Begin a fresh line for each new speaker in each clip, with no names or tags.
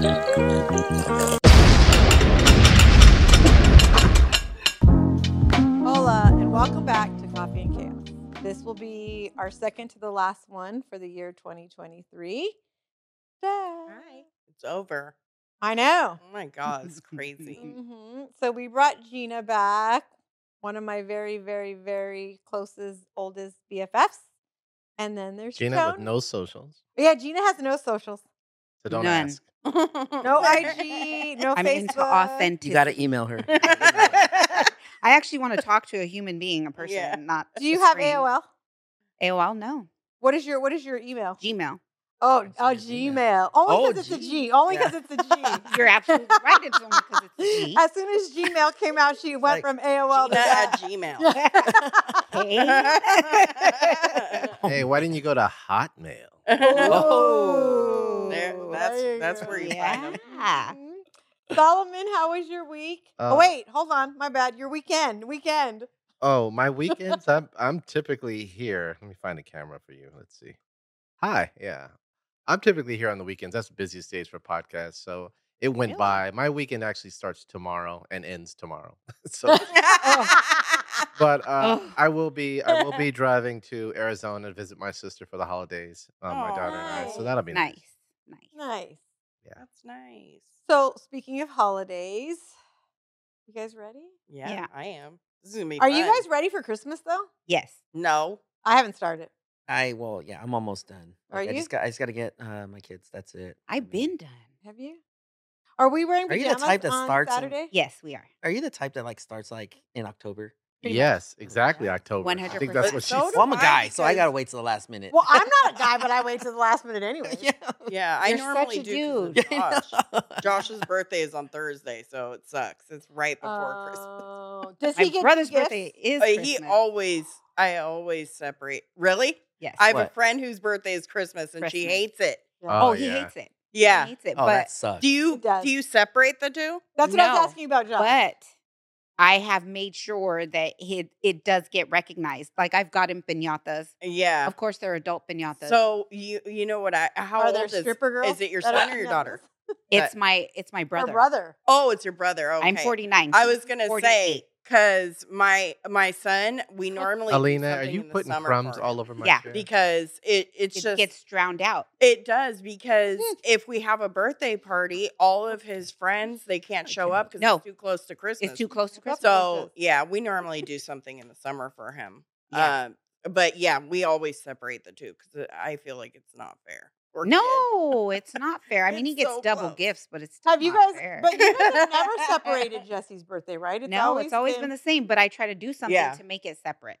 Mm-hmm.
Hola, and welcome back to Coffee and Chaos. This will be our second to the last one for the year 2023. Yay.
It's over.
I know.
Oh my God, it's crazy.
hmm So we brought Gina back, one of my very, very, very closest, oldest BFFs. And then there's
Gina with
Tony.
no socials.
Yeah, Gina has no socials,
So don't
None.
ask.
Oh.
no IG, no
I'm
Facebook.
into authentic.
You got to email her.
I actually want to talk to a human being, a person,
Yeah.
not.
Do you
a
have
screen.
AOL?
AOL, no.
What is your What is your email?
Gmail.
Oh,
It's
oh,
your Gmail.
Gmail. Only
Oh,
because it's a
G.
G. Only
Yeah.
because it's a G.
You're absolutely right. It's only because it's a G.
As soon as Gmail came out, she went
Like,
from AOL to
Gina at
that.
Gmail.
Hey, why didn't you go to Hotmail?
Oh, there,
There
that's
you
that's
go.
where you find them.
yeah.
Mhm. Solomon, how was your week? oh
Uh,
wait, hold on, my bad. Your weekend, weekend.
Oh, my weekends. I'm I'm typically here. Let me find a camera for you. Let's see. Hi. Yeah. I'm typically here on the weekends. That's the busiest days for podcasts. So it went
Really?
by. My weekend actually starts tomorrow and ends tomorrow. so but uh,
Ugh.
I will be I will be driving to Arizona to visit my sister for the holidays. Um, my
Aw.
daughter and I. So
Nice.
that'll be
Nice. Nice.
Nice.
That's nice.
So speaking of holidays, you guys ready?
Yeah,
Yeah.
I am. This is gonna be
Are you
fun.
guys ready for Christmas though?
Yes.
No.
I haven't started.
I well, yeah, I'm almost done.
Are
Like, I
you?
just got I just got to get uh, my kids. That's it. I
I've
mean,
been done.
Have you? Are we wearing
Are you the
pajamas
type that
on
starts in-
Saturday?
Yes, we are.
Are you the type that like starts like in October?
Pretty much.
Yes, exactly. October. I think that's
100%.
what she
So
said.
do
Well, I'm a
I
guy, so I
because-
gotta wait till the last minute.
Well, I'm not a guy, but I wait to the last minute anyway.
yeah.
Yeah, I
You're such
normally
a
do. 'cause
dude.
of Josh. Josh's birthday is on Thursday, so it sucks. It's right before Christmas.
Oh, does he
My
get
brother's
gifts?
birthday is
But
Christmas.
Oh, he always, I always separate. Really?
Yes.
I have a
What?
friend whose birthday is Christmas, and she
Christmas.
hates it.
oh,
Oh,
he
yeah.
hates it.
Yeah.
He hates it.
Oh,
but
that sucks.
Do you
does.
do you separate the two?
That's what I was
No.
asking about, Josh.
but I have made sure that it it does get recognized. Like I've gotten pinatas.
Yeah.
Of course, they're adult pinatas.
So you you know what I how
Are
old
there
is
stripper girls?
is it your
that are-
son or your daughter?
it's my it's my
Her
brother.
brother.
Oh, it's your brother. Okay.
I'm 49.
I was gonna say
48.
because my my son we normally do
Alina, are
something
you
in the
putting
summer
crumbs
for
all
him.
over my
Yeah.
chair?
because it it's
It
just
gets drowned out.
It does because if we have a birthday party, all of his friends they can't show up because
No.
it's too close to Christmas.
It's too close to Christmas.
So yeah, we normally do something in the summer for him.
Yeah.
Um, but yeah, we always separate the two because I feel like it's not fair. Poor kid.
no, it's not fair. I mean, he
It's
gets
so
double
close.
gifts, but it's still
Have you
not
guys?
fair.
But you guys have never separated Jesse's birthday, right?
no, it's always been, the same. But I try to do something
Yeah.
to make it separate.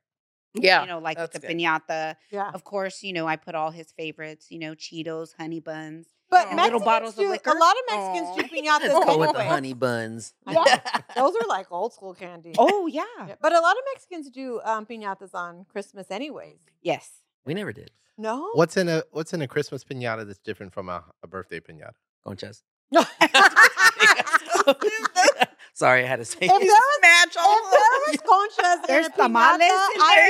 Yeah.
you know, like with the
that's good.
pinata.
yeah.
Of course, you know, I put all his favorites. You know, Cheetos, honey buns.
But
Aw.
Mexicans
Little
bottles of
do,
liquor?
A lot of Mexicans
Aw.
do pinatas.
Let's go
both
with the
ways.
honey buns.
Yeah. Those are like old school candy.
Oh yeah.
Yeah, But a lot of Mexicans do um, pinatas on Christmas, anyways.
Yes.
we never did.
No.
What's in a what's in a Christmas pinata that's different from a, a birthday pinata?
Conchas.
if
Sorry, I had to say.
If
it.
there was-
match
there was conchas in
There's
a
tamales
pinata, I'd
in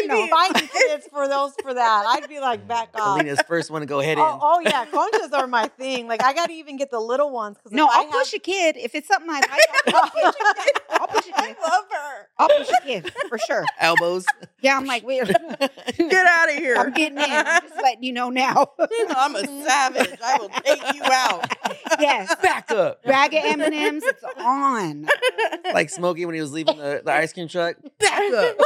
there?
be fighting kids for those for that. I'd be like, back off.
Alina's first one to go ahead
Oh,
in.
oh yeah, conchas are my thing. Like I gotta even get the little ones because
No,
I
I'll
have-
push a kid if it's something I like. I'll push a kid. I'll push a
I
kid.
love her.
I'll push a kid for sure.
Elbows.
Yeah, I'm like, wait,
Get out of here.
I'm getting in. Mm-hmm. I'm just letting you know now.
I'm a savage. I will take you out.
yes,
Back up.
bag of M and M's. It's on.
Like Smokey when he was leaving the, the ice cream truck. Back up.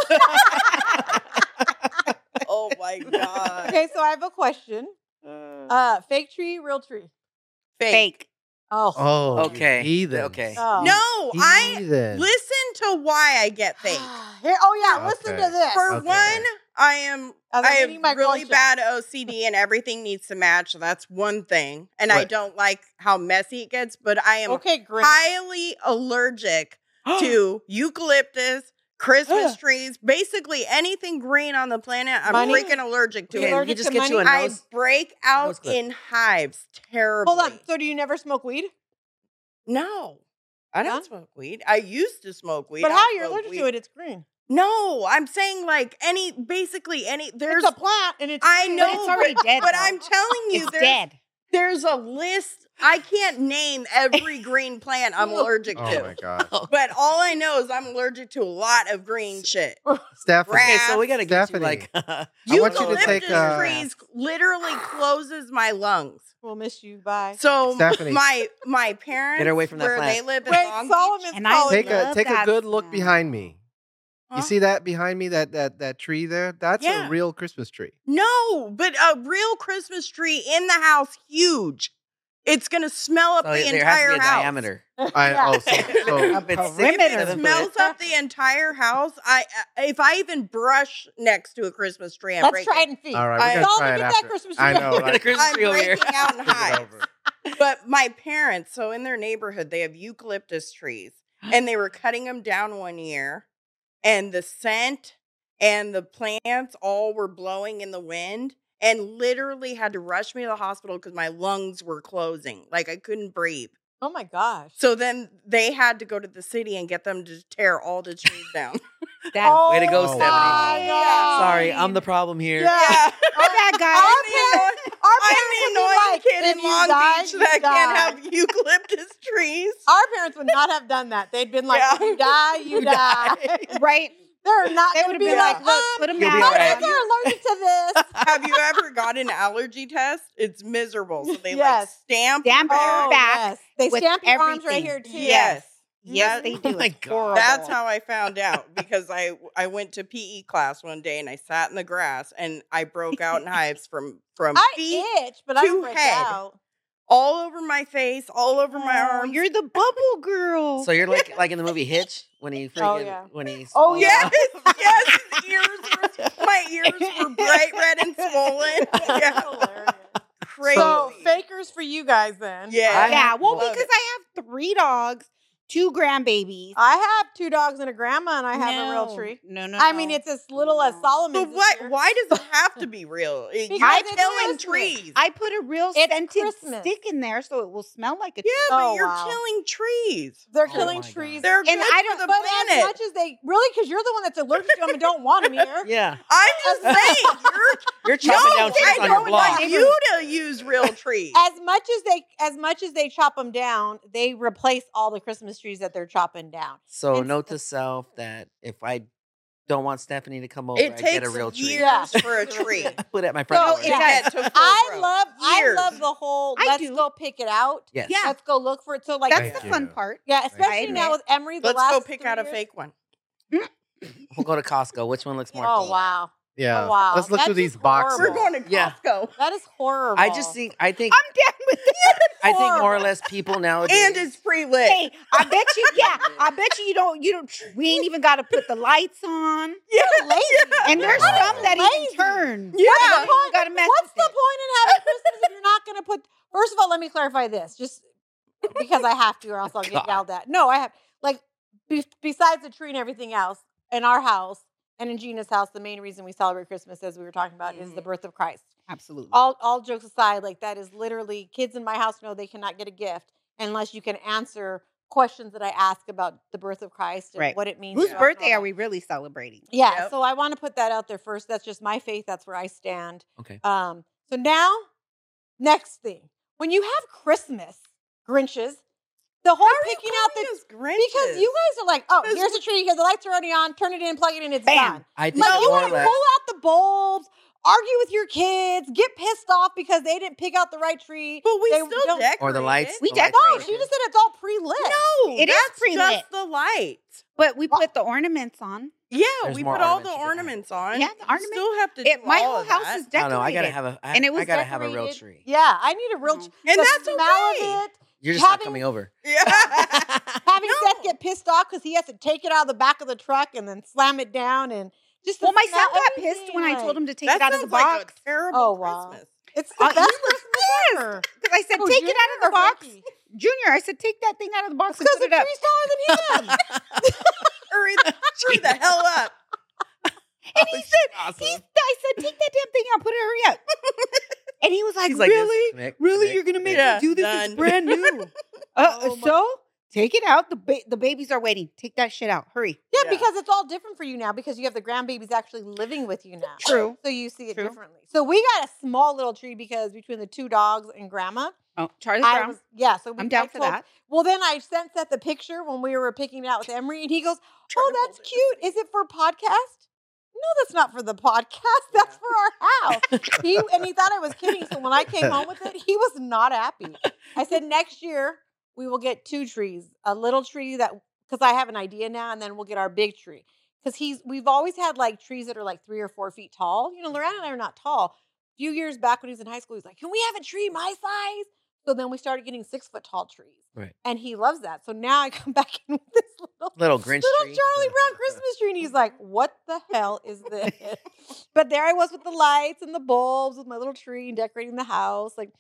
Oh my god.
Okay, so I have a question. Uh, fake tree, real tree.
Fake.
Oh,
Oh, you
Okay.
heathens.
Okay.
Oh.
No, I
Heathens.
listen to why I get fake.
Here, oh yeah, listen
Okay.
to this.
For
Okay.
one, I am
As I'm
I
eating
have
my
really
guancia.
bad OCD and everything needs to match. That's one thing. And I
Right.
don't like how messy it gets, but I am
okay, great.
highly allergic to eucalyptus, Christmas trees, basically anything green on the planet. I'm
Money?
freaking allergic to
Okay,
it.
Can
allergic
you
to
just get you
money?
a
I
nose?
break out
Nose clip.
in hives terribly.
Hold on. So do you never smoke weed?
No. I don't
Huh?
smoke weed. I used to smoke weed.
but
I
how
don't
you're
smoke
allergic
weed.
to it? It's green.
No, I'm saying like any, basically any. There's,
it's a plant, and it's
I
green.
know,
but it's already dead.
but
though.
I'm telling you,
it's
there's
dead.
there's a list I can't name every green plant I'm allergic
Oh my
to.
god.
But all I know is I'm allergic to a lot of green shit.
Stephanie.
Okay, so we gotta get you
Stephanie.
like. oh,
I want you to
Eucalyptus
take, uh,
trees literally closes my lungs.
We'll miss you. Bye.
So
Stephanie.
my my parents
Get away from that
where
plant.
they live in
Wait,
Long
Solomon's
And I
calling.
take a
love
take a
that
good look
smell.
behind me.
Huh?
You see that behind me? That that that tree there? That's
Yeah.
a real Christmas tree.
No, but a real Christmas tree in the house, huge. It's gonna smell up
So
the
there has to
entire
be a
house.
diameter.
I
Yeah.
oh, so, so
Up its
Perimeter.
six,
It
seven
smells
foot.
up the entire house. I I- if I even brush next to a Christmas tree, I'm
Let's
breaking.
try it and feed.
all right, we gotta
Solomon,
try it
get
after.
Oh, that Christmas tree.
I know.
Look at the
Right?
Christmas
I'm
tree over here.
breaking out in
This is
hives.
over.
But my parents, so in their neighborhood, they have eucalyptus trees, and they were cutting them down one year, and the scent and the plants all were blowing in the wind, and literally had to rush me to the hospital because my lungs were closing, like I couldn't breathe.
Oh my gosh.
So then they had to go to the city and get them to tear all the trees down.
That's
Way to go,
my
Stephanie.
God.
Sorry, I'm the problem here.
Oh, Yeah.
Our bad guys.
Our parents, our parents
I'm
would
an
be
annoying
like,
kid
if
in
you
Long
die,
Beach
you
that
die.
can't have eucalyptus trees.
Our parents would not have done that. They'd been like,
Yeah.
"You die, you
You
die."
die.
Right?
They're not
They
going
would
to
have
be
been
like,
like,
um,
look, put them
you'll
down.
be
"What
all
if
right.
you're allergic to this?"
have you ever got an allergy test? It's miserable. So they like
Yes.
stamp.
Stamp
your-
Oh, back.
yes. They
with
stamp your arms right
everything.
here too.
Yes.
Yes, they
Oh
do.
my
It's
God.
horrible.
That's how I found out because I I went to PE class one day and I sat in the grass and I broke out in hives from from feet
I itch, but I
to
don't break
head.
out.
all over my face, all over my
Oh,
arms.
You're the bubble girl.
So you're like like in the movie Hitch when he freaking
yeah.
when he
Oh,
swallows
Yes, yes, his ears were, my ears were bright red and swollen. Yeah,
Hilarious.
crazy.
So fakers for you guys then.
Yeah.
yeah, well,
love
because I have three dogs, two grandbabies.
I have two dogs and a grandma, and I have a real
No.
tree.
No, no.
I mean,
no.
it's as little as
No.
Solomon's.
But
this
what?
year.
Why does it have to be real?
Because
You're
it's
killing
Christmas.
trees.
I put a real
It's
scented
Christmas.
stick in there so it will smell like a
yeah, but
Oh,
you're
wow.
killing trees.
They're
Oh
killing
my God.
trees.
They're good
And I
for
don't-
the
but as
planet.
much as they really, because you're the one that's allergic to them and don't want them here.
Yeah,
I'm just saying, you're
you're chopping
No,
down trees
I
on your
don't
block.
want you to use real trees.
As much as they, as much as they chop them down, they replace all the Christmas trees that they're chopping down.
So
And
note to self that if I don't want Stephanie to come over,
it
Oh, I get
takes
a real tree.
years
Yeah.
for a tree.
I put it at my
So
front
it
door.
does.
get to full
I
growth.
love,
Years.
I love the whole.
I
let's
do.
go pick it out.
Yes.
Yeah.
Let's go look for it. So like,
That's
Thank
the
you.
fun part.
yeah, especially
you.
now with Emery. The
Let's
last
go pick
three
out a
years-
fake one.
We'll go to Costco. Which one looks more?
Oh
full?
wow,
Yeah.
Oh, wow.
Let's look
That's
through
just
these boxes.
horrible.
We're going to Costco.
Yeah.
that is horrible.
I just think I think
I'm down with that.
I think more or less people nowadays.
And it's pre-lit.
Hey, I bet you, yeah, I bet you, you don't, you don't, we ain't even got to put the lights on.
yeah.
lazy.
And there's
Wow.
some that
Lazy.
even turn.
Yeah.
What's the point? Gotta mess
What's the
with
point
it.
in having Christmas if you're not going to put? First of all, let me clarify this, just because I have to, or else I'll get
God.
yelled at. No, I have like be, besides the tree and everything else in our house and in Gina's house. The main reason we celebrate Christmas, as we were talking about, is the
Mhm.
Mm-hmm.
birth of Christ.
Absolutely.
Oh,
All all jokes aside, like that is literally kids in my house know they cannot get a gift unless you can answer questions that I ask about the birth of Christ and
Right.
what it means.
Whose
to us and all
birthday
that.
are we really celebrating?
Yeah,
Yep.
so I want to put that out there first. That's just my faith. That's where I stand.
Okay.
Um, so now, next thing, when you have Christmas Grinches, the whole picking out the because you guys are like, oh,
This-
here's a tree. Here, the lights are already on. Turn it in, plug it in. It's
Bam.
done.
I think
Like you
more
want
or
to pull
less.
out the bulbs, argue with your kids, get pissed off because they didn't pick out the right tree.
But we
They
still
don't-
decorate.
Or the lights.
it.
We
the lights
No,
are
she
good.
just said it's all pre-lit.
No,
It is
that's
pre-lit.
just the light.
But we put the ornaments on.
Yeah,
There's
we
more
put all the ornaments
ornaments
on.
Yeah, the
You Still have to.
It,
do
my
all
whole
of
house
that.
is
I
decorated.
don't know. I gotta have a. I,
And it was
I gotta have a real
Decorated.
tree.
Yeah, I need a real.
No.
tree.
and
the
that's
smell
okay.
of it.
You're just
Having-
not coming over.
Yeah.
having
No.
Seth get pissed off because he has to take it out of the back of the truck and then slam it down and just. the
Well, my
smell-
son got
everything,
pissed when I told
like,
him to take
That
it out of the
sounds like a
box
terrible
Oh, wow.
Christmas.
It's the
Uh, he
best Christmas ever.
because I said,
Oh,
"Take
Junior
it out of
or
the box,
Frankie?
Junior." I said, "Take that thing out of the box and
Because
put
the
it up."
tree's taller than him.
Hurry the, hurry the hell up.
And he said,
awesome.
he's, I said, take that damn thing out, put it, hurry up. and he was like,
He's like this,
really?
Nick,
really?
Nick,
You're going to make
Nick.
Yeah,
me do this?
done.
It's brand new. uh,
Oh my-
so take it out. The, ba- the babies are waiting. Take that shit out. Hurry.
Yeah,
Yeah.
because it's all different for you now because you have the grandbabies actually living with you now.
True.
So you see it
True.
differently. So we got a small little tree because between the two dogs and grandma,
Oh, Charlie
I
Brown.
was, yeah, so we,
I'm down
I
for
told-
that.
Well, then I sent Seth the picture when we were picking it out with Emery, and he goes, "Oh, that's cute. Is it for podcast?" No, that's not for the podcast. That's for our house. he and he thought I was kidding. So when I came home with it, he was not happy. I said, "Next year we will get two trees. A little tree that because I have an idea now, and then we'll get our big tree." Because he's we've always had like trees that are like three or four feet tall. You know, Loretta and I are not tall. A few years back when he was in high school, he was like, "Can we have a tree my size?" So then we started getting six foot tall trees.
Right.
And he loves that. So now I come back in with this little
Little Grinch
little
tree.
Charlie Brown Christmas tree. And he's like, what the hell is this? but there I was with the lights and the bulbs with my little tree and decorating the house. Like,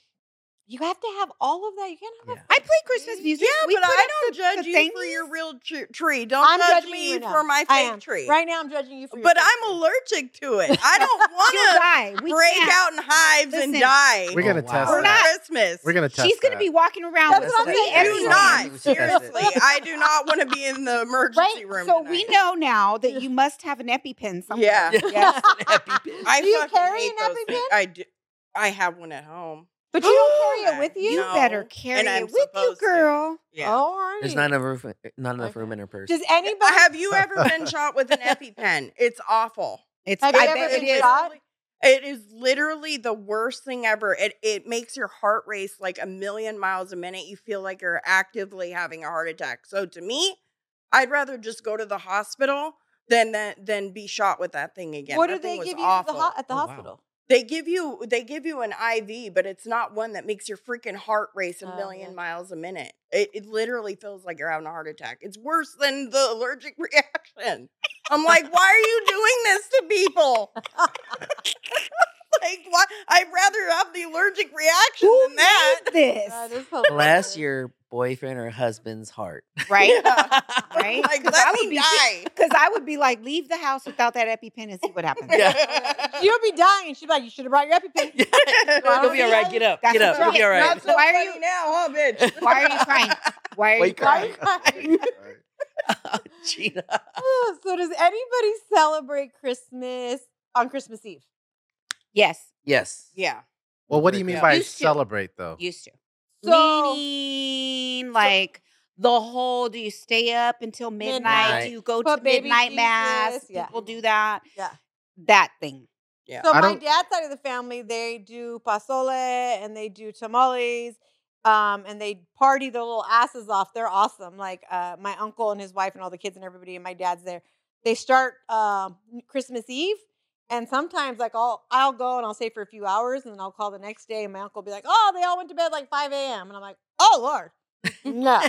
you have to have all of that. You can't have
Yeah.
a
I play Christmas music.
yeah,
We
but
put
I
up
don't
the-
judge
the
you for your
thingies.
real tr- tree. Don't
I'm
judge
judging
me
you now.
for my
I
fake
am.
tree.
Right now I'm judging you for your
But
fake
I'm
tree.
allergic to it. I don't
You'll
want
die.
to
We
break
can't.
out in hives
Listen.
and die
We're gonna
Oh, wow.
test.
for
We're not-
that.
Christmas.
We're gonna test.
She's going to
that.
be walking around
That's
with
what I'm
three
saying.
Emmys
do
on.
not.
We should test it.
Seriously, I do not want to be in the emergency
Right,
room.
So we
tonight.
know now that you must have an EpiPen somewhere.
Yeah.
Yes.
I
Do you
fucking
carry
hate
an
those
EpiPen?
things. I do. I have one at home.
But you don't carry it with
You
you?
No.
better carry
And I'm
it with you,
supposed to.
girl.
Yeah.
All right.
There's not enough room. eh, Not enough
Okay.
room in her purse.
Does anybody?
Have you ever been shot with an EpiPen? It's awful.
It's
Have you
I
ever
bet
been
it is.
shot?
It is literally the worst thing ever. It it makes your heart race like a million miles a minute. You feel like you're actively having a heart attack. So to me, I'd rather just go to the hospital than that than be shot with that thing again.
what
That
do they
thing was
give you at the,
awful.
ho- at the
Oh, wow.
hospital?
They give you they give you an IV, but it's not one that makes your freaking heart race a
Oh,
million
yeah.
miles a minute. It, it literally feels like you're having a heart attack. It's worse than the allergic reaction. I'm like, why are you doing this to people? like, why? I'd rather have the allergic reaction
Who
than that.
made this?
That is hilarious.
Bless your boyfriend or husband's heart.
Right?
Yeah.
Right?
Like,
'Cause
let
I
me
would be-
die.
Because I would be like, leave the house without that EpiPen and see what happens.
Yeah.
You'll be dying. She's like, you should have brought your EpiPen.
You'll be all right. Get up.
That's
Get up.
right.
You'll be all right.
Not so
Why are
funny
you-
now, huh, bitch?
Why are you crying? Why are you
Wake
crying?
up.
Why are you crying?
Gina.
so does anybody celebrate Christmas on Christmas Eve?
Yes,
Yes.
Yeah.
Well, what do you mean
Yeah.
by
Used to.
celebrate though?
Oh.
used to.
So
Meaning, like, the whole do you stay up until midnight?
Midnight.
Do you go
But
to
baby
midnight mass?
Jesus, yeah.
People do that.
Yeah.
That thing.
Yeah.
so
I
my
don't-
dad's side of the family, they do pasole and they do tamales. Um, and they party their little asses off. They're awesome. Like uh, my uncle and his wife and all the kids and everybody and my dad's there. They start um, Christmas Eve, and sometimes like I'll I'll go and I'll stay for a few hours, and then I'll call the next day, and my uncle will be like, "Oh, they all went to bed like 5 a.m." And I'm like, "Oh Lord, no."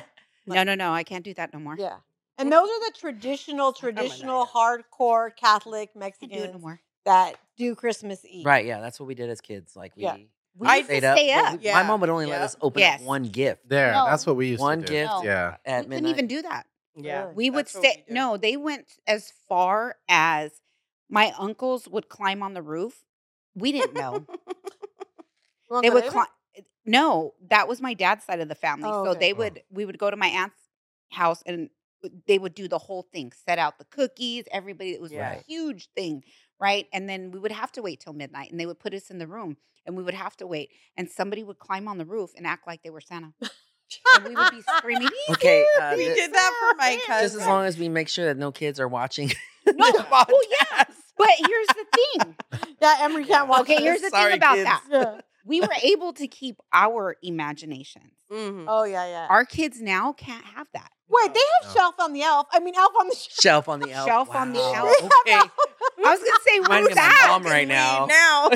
No, no, no. I can't do that no more.
Yeah. And those are the traditional,
I'm a night
traditional hardcore Catholic
I can't do it no
Mexicans
more.
that do Christmas Eve.
Right. Yeah. That's what we did as kids. Like we
Yeah.
We
I
used to
stayed up.
stay
Well,
up.
we-
Yeah.
My mom would only let
Yeah.
us open
Yes.
one gift.
There,
No.
that's what we used
One
to do.
gift.
No.
Yeah.
At
we
midnight.
couldn't even do that.
Yeah.
Really?
We would
That's what we
stay.
did.
no, they went as far as my uncles would climb on the roof. We didn't know.
You
they
wanna
would
go
climb. No, that was my dad's side of the family.
Oh,
so
okay.
they
Oh.
would. We would go to my aunt's house and they would do the whole thing. Set out the cookies. Everybody. It was
Yeah.
a huge thing, right? And then we would have to wait till midnight, and they would put us in the room, and we would have to wait. And somebody would climb on the roof and act like they were Santa, and we would be screaming.
Okay. Uh,
We
th-
did that for my
just as
cousin.
long as we make sure that no kids are watching.
No,
the
well, yeah.
podcast.
But here's the thing.
there? Yeah, Emery can't watch
Okay,
this.
here's the
Sorry,
thing about
kids.
that.
Yeah.
we were able to keep our imaginations.
Mhm.
Oh, yeah, yeah.
Our kids now can't have that.
Wait, they have
No.
Shelf on the Elf. I mean, Elf on the Shelf.
Shelf on the elf.
Shelf on the
Wow.
Elf.
Okay.
I was gonna say where's
Reminded me of my
that?
mom right now.
Now.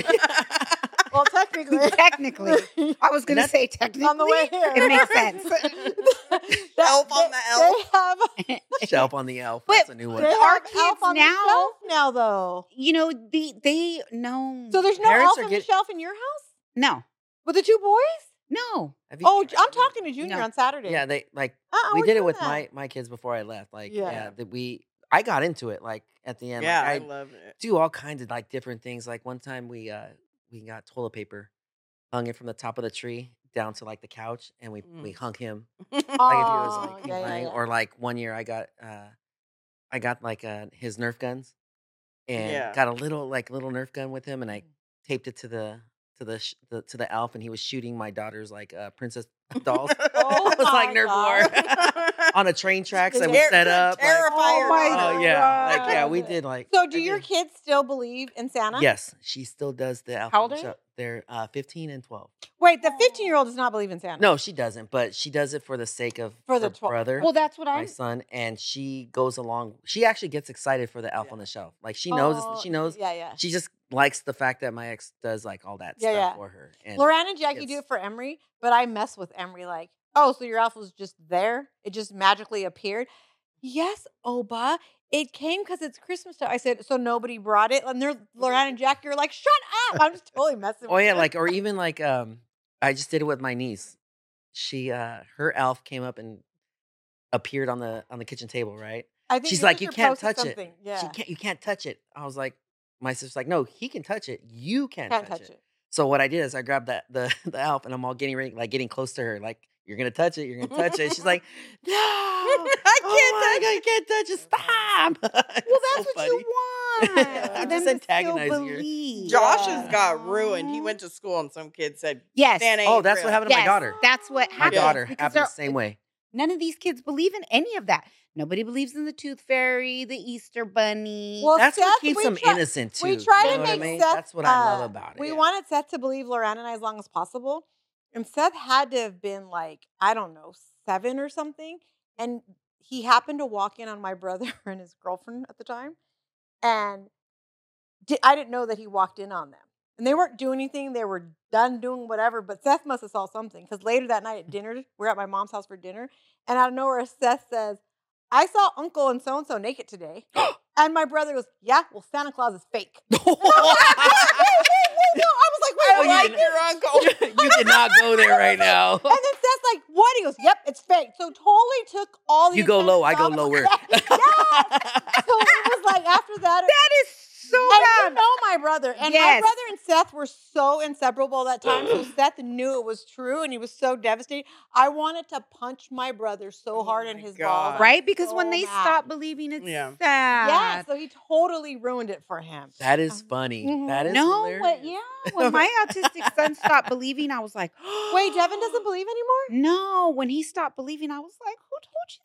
Well, technically.
technically, I was gonna
That's-
say technically.
on the way here.
it makes sense.
That-
Elf on
they-
the Elf.
They have,
Shelf on the elf.
But-
That's a new
they
one.
have
Our
Elf
kids
on
now-
the Shelf now, though.
You know, they they no.
So there's no
Parents
Elf
are
on the
get-
Shelf in your house?
no
With the two boys?
no.
Have you
Oh,
tried
I'm
it?
talking to Junior
No.
on Saturday.
Yeah, they like
Uh-uh,
we
Oh,
we're
did it
doing
with
that.
my my kids before I left. Like
Yeah.
yeah, that we I got into it like at the end.
Yeah, I
like, I
love it.
do all kinds of like different things. Like one time we uh we got toilet paper, hung it from the top of the tree down to like the couch, and we
Mm.
we hung him. Like if he was
Oh,
like lying, or like one year I got uh I got like uh his Nerf guns, and
Yeah. Mm.
got a little like little Nerf gun with him, and I taped it to the to the, sh- the to the elf, and he was shooting my daughter's like uh, princess dolls
Oh,
It's like
my
nerve
God.
on a train tracks that we
Ter-
set up. like-
Terrifier.
Oh my
oh yeah, like yeah, we
God.
did like.
So, do
I
your
did-
kids still believe in Santa?
Yes, she still does the elf.
How
on the
old are
Shelf. They're uh, fifteen and twelve.
Wait, the 15 year old does not believe in Santa.
Oh. No, she doesn't, but she does it for the sake of
For
for
the
the
tw-
brother.
Well, that's what
my
I'm.
son and she goes along she actually gets excited for the elf on the shelf like she knows
Oh,
she knows
Yeah, yeah.
she just likes the fact that my ex does like all that
Yeah,
stuff
yeah.
for her and
Lorraine and Jackie do
it's-
it for Emery, but I mess with Emery like, oh, so your elf was just there? It just magically appeared? Yes, Oba. It came because it's Christmas time. I said, so nobody brought it? And they're, Lorraine and Jackie are like, shut up. I'm just totally messing
oh
with
yeah
them.
like or even like um i just did it with my niece she uh her elf came up and appeared on the on the kitchen table right
I think
she's
this
like,
is
"You
your
can't
post or
touch it.
something. Yeah.
she can't you can't touch it i was like my sister's like no he can touch it you can't,
Can't
touch, it. so what i did is i grabbed that the the elf and i'm all getting ready like getting close to her like you're gonna touch it you're gonna touch it she's like no Oh
I
I can't touch it. I can't touch it. Stop.
Well,
It's so
that's what
funny.
you want.
I'm
for
just
them to
to still
antagonizing her.
believe.
Josh
Yeah.
has got ruined. He went to school and some kid said,
Yes.
Santa ain't
Oh, that's
real.
what happened to my
Yes,
daughter.
That's what
My
happens.
daughter
because
happened
they're-
the same way.
None of these kids believe in any of that. Nobody believes in the tooth fairy, the Easter bunny.
Well,
That's what
Seth,
keeps
we
them
try-
innocent too.
we try
you
to
know what I
make
mean?
Seth,
That's what I love
uh,
about it.
We wanted Seth to believe Loran and I as long as possible. And Seth had to have been like, I don't know, seven or something. And he happened to walk in on my brother and his girlfriend at the time. And di- I didn't know that he walked in on them. And they weren't doing anything. They were done doing whatever. But Seth must have saw something because later that night at dinner, we're at my mom's house for dinner. And out of nowhere, Seth says, I saw Uncle and so and so naked today. and my brother goes, Yeah, well, Santa Claus is fake. I was like, Wait, what?
I
Well, Oh, you
like your uncle.
you did not go there right now.
And then Seth's like, What? He goes, Yep, it's fake. So totally took all the
You go
attention
low, I go
off of-
lower.
Yeah. So it was like after that,
that is so
And you
bad.
know my brother. And my
Yes.
brother and Seth were so inseparable that time. So Seth knew it was true and he was so devastated. I wanted to punch my brother so
Oh
hard in
my
his
God.
balls.
Right? Because
so
when they
mad.
stop believing it's
Yeah.
sad.
Yeah, so he totally ruined it for him.
That is funny.
Mhm.
That is
Uh-huh. Mm-hmm. No,
hilarious.
but yeah. When my autistic son stopped believing, I was like,
Wait, Devin doesn't believe anymore?
No, when he stopped believing, I was like, who told you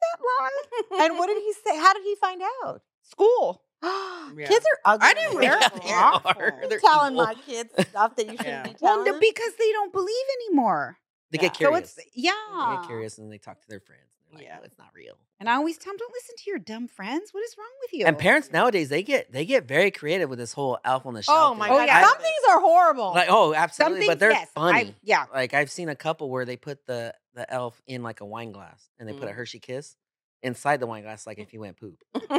that lie?
And what did he say? How did he find out?
School.
Yeah.
Kids are ugly.
I didn't
They're
wear
awful.
They
Yeah.
are.
You're
They're
telling
evil.
my kids stuff that you shouldn't
Yeah.
be
Well,
telling.
no,
them.
because they don't believe anymore.
They
Yeah.
get
So
curious.
it's yeah.
They get curious and they talk to their friends. They're like,
Yeah.
"No, it's not real.
And I always tell them, don't listen to your dumb friends. What is wrong with you?
And parents nowadays they get they get very creative with this whole elf on the shelf.
oh my
thing.
god,
Oh, yeah.
some things are horrible.
I- like oh
Some
absolutely,
things,
but they're
yes, I-
funny.
yeah.
Like I've seen a couple where they put the the elf in like a wine glass and they put a
Mm-hmm.
Mm.
Hershey kiss inside the wine glass, like if you went poop.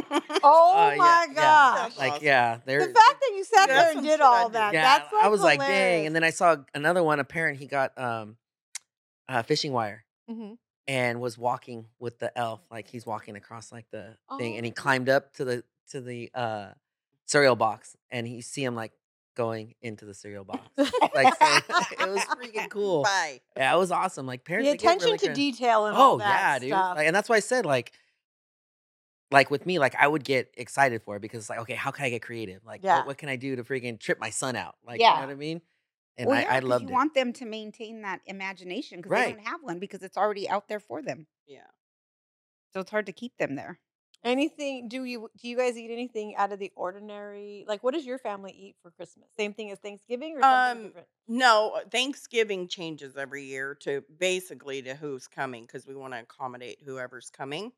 oh
Uh, yeah,
my
yeah.
gosh.
Like
Awesome.
yeah,
The
they're
fact that you sat
Yeah.
there
That's
and
some
did
shit I
all
do.
that,
yeah.
that's like
I was like dang,
hilarious.
and then I saw another one. A parent he got um, uh, fishing wire
Mhm.
and was walking with the elf, like he's walking across like the thing, and he
Oh.
climbed up to the to the uh cereal box, and you see him like going into the cereal box.
Mm-hmm.
like so it was freaking cool.
Bye.
Yeah, it was awesome. Like parents,
the
they get
attention
really
to
crea-
detail and all
Oh
that
yeah, dude.
stuff.
Like, and that's why I said like, like with me, like I would get excited for it because it's like, okay, how can I get creative? Like,
Yeah.
what, what can I do to freaking trip my son out? Like, you
Yeah.
know what I mean? And
Well,
I,
yeah,
I
'cause
loved
you
it.
want them to maintain that imagination because they
Right.
don't have one because it's already out there for them.
Yeah.
So it's hard to keep them there.
Anything? Do you do you guys eat anything out of the ordinary? Like, what does your family eat for Christmas? Same thing as Thanksgiving, or something
Um,
different?
No, uh, Thanksgiving changes every year to basically to who's coming because we want to accommodate whoever's coming.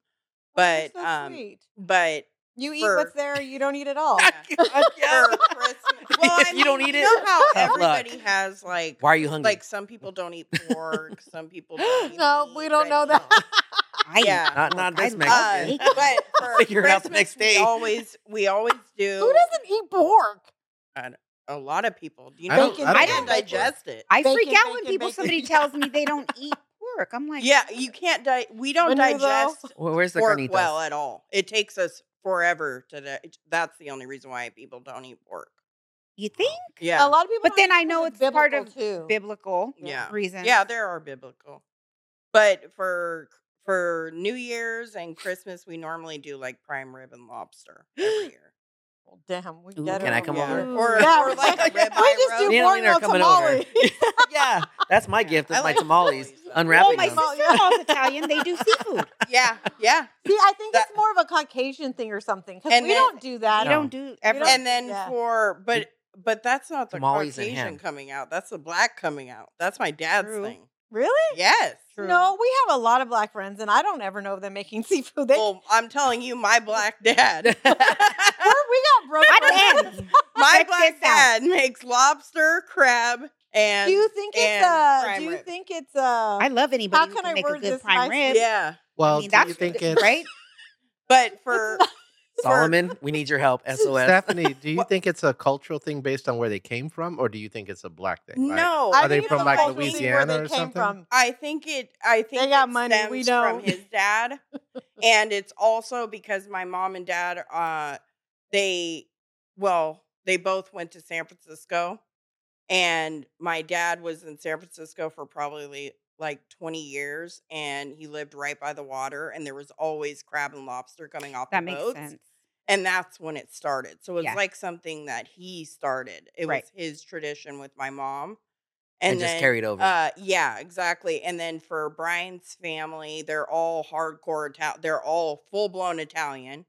That's
But um,
Oh, sweet.
but
you eat
for-
what's there. You don't eat at all.
Yeah.
for Christmas, well, I
You don't
mean,
eat
You know
it?
how
Tough luck.
everybody has like
Why are you hungry?
like some people don't eat pork, some people don't. Eat
no, we don't
meat,
know
and-
that.
I eat
Yeah.
Not- not
pork. I
this
love
Mexican.
Uh,
steak.
but for
Figure it out the
Christmas,
next
We
day.
always we always do.
Who doesn't eat pork?
a lot of people. You
I
know,
don't-
you
I
can't
don't
like pork.
digest it.
I freak
Bacon,
out when
bacon,
people
bacon.
somebody tells me they don't eat pork. I'm like,
Yeah, you can't. Di- we don't
Menudo.
digest
Well, where's the
pork
carnitas?
well at all. It takes us forever to. Di- that's the only reason why people don't eat pork.
you think
Yeah,
A lot of people. don't
But then
eat
I
pork.
know it's
biblical
part of
too.
biblical
yeah,
reasons.
yeah. There are biblical, but for for New Year's and Christmas, we normally do like prime rib and lobster every year.
Well, damn, we
Ooh,
get
can
it
I
over
come
here.
over?
Or-
yeah,
or like a
we
ribeye
just do
roast.
Me and Lena
porno
are coming over.
tamale.
yeah, that's my gift.
I
That's my
like
tamales.
tamales.
Unwrapping
well, my
them.
mom-
sister-in-law's Italian. They do seafood.
Yeah, yeah.
See, I think
That-
it's more of a Caucasian thing or something because
And
we
then-
don't do that.
You don't do ever.
And then
Yeah.
for but but that's not the
Tamales and
Caucasian
ham.
coming out. That's the black coming out. That's my dad's
True.
thing.
Really?
Yes.
No, we have a lot of black friends, and I don't ever know them making seafood. They,
Well, I'm telling you, my black dad.
We're- we got broke friends.
I can.
my
Check
black
this out.
dad makes lobster, crab, and
Do you think
and
it's uh
prime
Do you
rib.
think it's uh
I love anybody
How
who
can
can
I
make a
word
good
this
prime
nicely?
rib.
yeah.
I
Well,
mean,
do
that's
you think
good,
it's
right.
But for
Solomon, we need your help. SOS.
Stephanie? Do you think it's a cultural thing based on where they came from, or do you think it's a black thing? Like,
no,
I
Are they
think it's
from,
a
like,
cultural thing where
Louisiana
they
or
came
something?
From.
Um, I think it. I think
They got
it
money, we
stems
know.
from his dad, and it's also because my mom and dad, uh, they, well, they both went to San Francisco, and my dad was in San Francisco for probably like 20 years, and he lived right by the water, and there was always crab and lobster coming off
That
the
makes
boats,
sense.
and that's when it started. So it's
Yeah.
like something that he started. It
Right.
was his tradition with my mom,
and just
then-
carried over.
uh, yeah, exactly. And then for Brian's family, they're all hardcore Italian. They're all full blown Italian.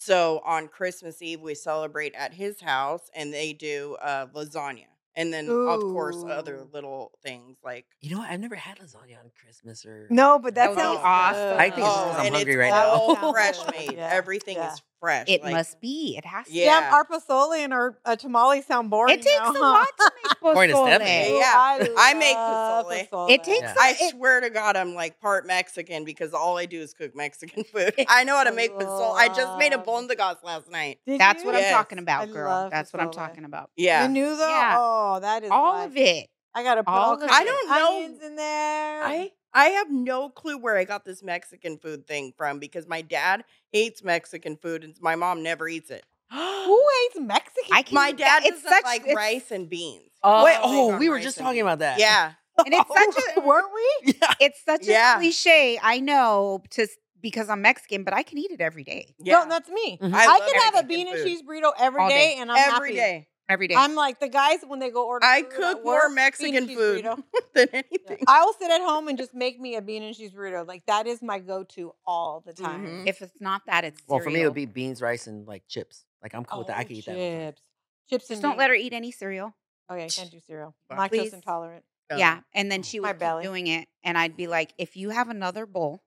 So on Christmas Eve, we celebrate at his house, and they do uh, lasagna, and then of course other
Ooh.
little things like.
you know, what? I've never had lasagna on Christmas or
No, but that
That would be
sounds
awesome.
I think it's
oh,
because I'm
and
hungry
it's
right now.
all
Sounds
fresh
good.
made.
Yeah,
Everything
yeah.
is fresh.
It
like-
must be. It has to.
Yeah.
Damn, our pozole and our uh, tamale sound boring.
It takes
now,
a lot to make
According to Stephanie.
Huh?
pozole.
Ooh,
Yeah. I make
love
pozole.
It takes
Yeah.
I
it-
swear to God, I'm like part Mexican because all I do is cook Mexican food. I know how to make pozole. I just made a
Love.
bondigas last night.
Did
That's
you?
what
Yes.
I'm talking
I
about, girl.
love
That's what I'm
pozole.
talking about.
Yeah.
The noodle.
Yeah.
Oh, that is
All
life.
of it.
I gotta put
All
all
of it.
kinds
I
don't
of
know.
onions in there.
I I have no clue where I got this Mexican food thing from because my dad hates Mexican food and my mom never eats it.
Who hates Mexican?
I can
My
eat
dad
that.
doesn't like
it's-
rice and beans.
Oh, Wait,
Big
oh,
on
we were
rice
just
and
talking
beans.
about that.
Yeah.
and it's such a
weren't we?
Yeah.
it's such
Yeah.
a cliche. I know to s- because I'm Mexican, but I can eat it every day.
Yeah.
No, that's me.
Mhm.
I,
love
can have a
Mexican
bean and
food.
cheese burrito every
Mm-hmm. All
day,
day.
and I'm happy.
every day.
Every day.
I'm like the guys when they go order.
I
food
cook
at
more
work, bean and
Mexican
cheese
food.
burrito.
Than
Yeah.
anything.
I will sit at home and just make me a bean and cheese burrito. Like that is my go-to all the time.
Mm-hmm.
Mhm.
if it's not that, it's
Well, for me, it
cereal.
would be beans, rice, and like chips. Like I'm cool with that. I
Oh,
could eat that. all the time.
chips. Chips and
just don't
beans.
let her eat any cereal.
Okay, I can't do cereal.
Fuck.
Lactose
Please.
intolerant.
Yeah,
Um,
and then she
My
would keep
belly.
doing it, and I'd be like, "If you have another bowl,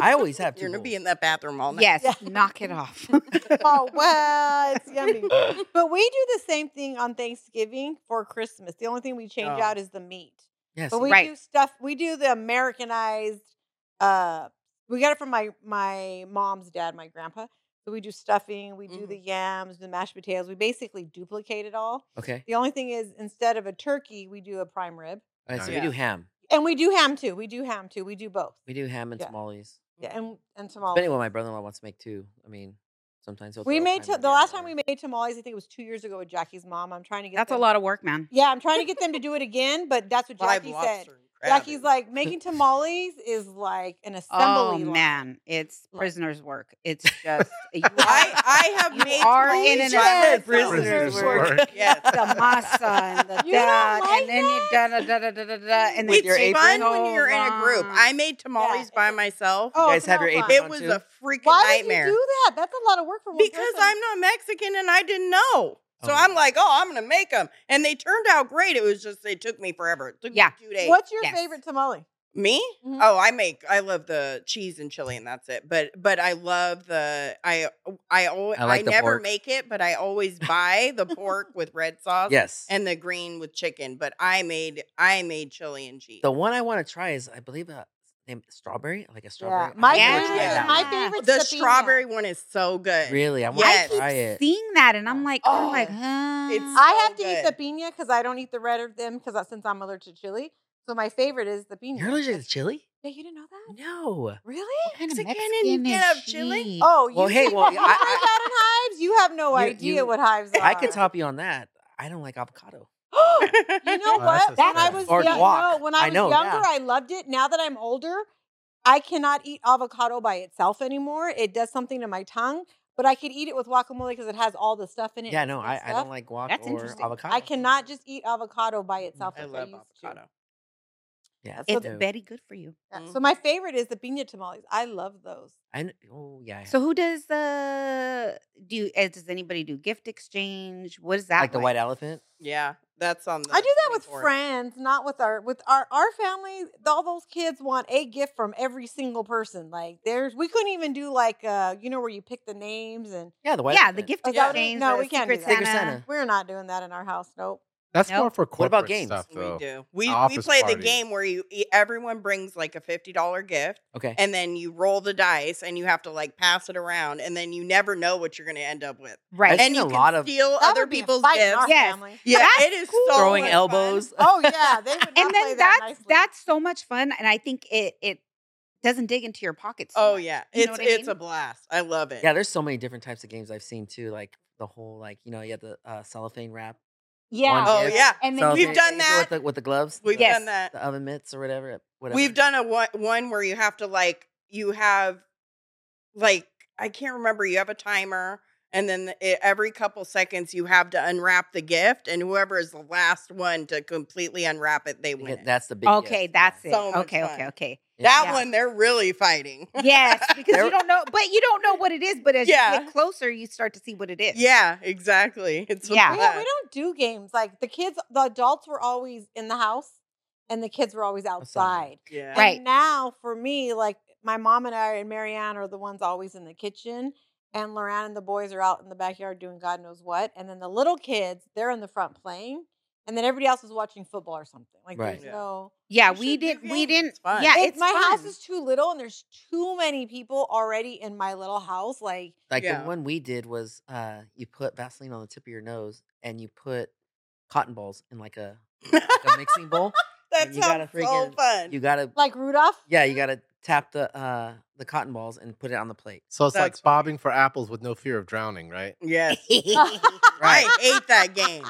I always have.
You're
two
gonna be
bowls.
in that bathroom all night.
yes,
Yeah.
knock it off."
oh well, it's yummy. But we do the same thing on Thanksgiving for Christmas. The only thing we change
Oh.
out is the meat.
yes.
But we
Right.
do stuff. We do the Americanized. Uh, we got it from my my mom's dad, my grandpa. So we do stuffing. We do the
Mm-hmm.
yams, the mashed potatoes. We basically duplicate it all.
okay.
The only thing is, instead of a turkey, we do a prime rib,
All right, so
Yeah.
we do ham.
and we do ham too. We do ham too. We do both.
We do ham and
Yeah.
tamales.
Yeah, and and
Depending
tamales.
on what my brother-in-law wants to make too. I mean, sometimes he'll
We
throw
made
prime
ta-
rib
the
in
last
there.
time we made tamales. I think it was two years ago with Jackie's mom. I'm trying to get
That's a
them-
lot of work, man.
Yeah, I'm trying to get them to do it again, but that's what
Live
Jackie said.
lobster and crab
Jackie's
is-
like making tamales is like an
Oh
assembly. line.
man, it's
Like-
prisoner's work. It's just eh, you are,
I, I have
you
made
are
tamales
in an
by myself.
prisoner's
Prisoners
work.
work.
Yes.
the masa and the
You don't
da,
like
and then you da da da da da da, da and then
With
it's
your apron?
fun when you're in a group.
on.
I made tamales by myself.
Oh,
guys
it's
have
not
your
fun.
apron
it
on
was
too?
a freaking
Why
nightmare.
did you do that? That's a lot of work for one
because
person.
I'm not Mexican and I didn't know. So
Oh.
I'm like, oh, I'm gonna make them, and they turned out great. It was just they took me forever. It took
Yeah.
me two days.
What's your
Yes.
favorite tamale?
Me?
Mhm.
Oh, I make. I love the cheese and chili, and that's it. But but I love the I I always
I
I,
like the
never
pork.
make it, but I always buy the pork with red sauce
Yes.
and the green with chicken. But I made I made chili and cheese.
the one I want to try is I believe uh, name strawberry, like a
Yeah,
strawberry. I
my
wanna
Yeah.
favorite.
try that
My
one.
favorite.
the strawberry one is so good.
Really, I want
Yes.
to try
I
it.
keep seeing that, and I'm like, I'm
Oh,
like, huh.
it's-
I have
so
to eat
good.
the pina because I don't eat the red or them because since I'm allergic to chili, so my favorite is the pina.
You're allergic to chili?
Yeah, you didn't know that?
No.
Really?
kind of
Mexican and
Mexican
you
is
can't have chili?
she?
Oh, you
Well, hey, well,
you
I- I-
break out in hives? You have no
You-
idea
you-
what hives are.
I could top you on that. I don't like avocado.
You know
Oh, that's
what?
a
When I
stretch.
was
Or
young,
guac.
no, when I
I
was
know,
younger,
yeah.
I loved it. Now that I'm older, I cannot eat avocado by itself anymore. It does something to my tongue. But I could eat it with guacamole because it has all the stuff in it.
Yeah,
and
no,
good
I, I
stuff.
don't like guac
That's
or
interesting. I
avocado. Mm,
I cannot just eat avocado by itself.
I
I
like
love
used to.
avocado.
Yeah,
So
It's
no.
very good for you.
Yeah, So my favorite is the pina tamales. I love those.
I kn- oh yeah.
So who does the do? You, uh, does anybody do gift exchange? What is that
like the white elephant.
Yeah, that's on the.
I do that with
24th.
friends, not with our with our our family. All those kids want a gift from every single person. Like there's, we couldn't even do like uh, you know where you pick the names and
Yeah, the white.
yeah,
elephant.
the gift
Oh, that would-
exchange.
no,
the
we can't do
Secret
that.
Secret
Santa.
Santa.
we're not doing that in our house. Nope.
That's more
Nope.
for
What
corporate
about games?
stuff, though.
We do. We we
Office
play the
parties.
game where you e- everyone brings like a fifty dollar gift,
Okay.
and then you roll the dice, and you have to like pass it around, and then you never know what you're going to end up with.
Right.
I've
and
seen
you
a
can
lot of-
steal
That
other
would be a
people's
fight in
gifts.
our
Yes.
family.
Yeah,
That's
it is so
Throwing
much fun.
elbows.
Oh yeah, they would not play
and then
that
that's
nicely.
that's so much fun, and I think it it doesn't dig into your pockets. So
Oh
much.
yeah,
You
it's
know what I
it's a
mean?
blast. I love it.
Yeah, there's so many different types of games I've seen too. Like the whole like you know you have the uh, cellophane wrap.
yeah.
Oh,
gift,
yeah.
And then
cellophane
you
We've
have-
done
thing
that.
with the, with the gloves.
We've
the,
Yes.
done that.
the oven mitts or whatever. Whatever.
We've done a one, one where you have to like you have like I can't remember. You have a timer, and then the- it, every couple seconds you have to unwrap the gift, and whoever is the last one to completely unwrap it, they
Yeah,
win. it.
That's the big.
Okay,
gift,
that's
yeah.
it.
So much
okay, okay,
fun.
okay.
that
Yeah.
one they're really fighting.
Yes, because
There-
you don't know, but you don't know what it is. But as you
Yeah.
get closer, you start to see what it is.
yeah, exactly. It's a
Yeah.
We,
blast.
don't, we don't do games like the kids. The adults were always in the house, and the kids were always outside.
yeah.
And
Right.
now, for me, like my mom and I and Marianne are the ones always in the kitchen, and Loran and the boys are out in the backyard doing God knows what, and then the little kids they're in the front playing, and then everybody else is watching football or something. Like
Right.
there's
Yeah.
no.
Yeah,
You
we
should do
didn't. We
games.
didn't.
It's fun.
Yeah,
It-
it's
my house
fun.
is too little, and there's too many people already in my little house. Like
Like
Yeah.
the one we did was uh you put Vaseline on the tip of your nose and you put cotton balls in like a, like a mixing bowl.
That
you gotta
sounds so
freaking-
fun.
You gotta
like Rudolph.
yeah you gotta tap the uh the cotton balls and put it on the plate.
So it's
That's
like bobbing for apples with no fear of drowning, right?
yes.
Right.
I hate that game.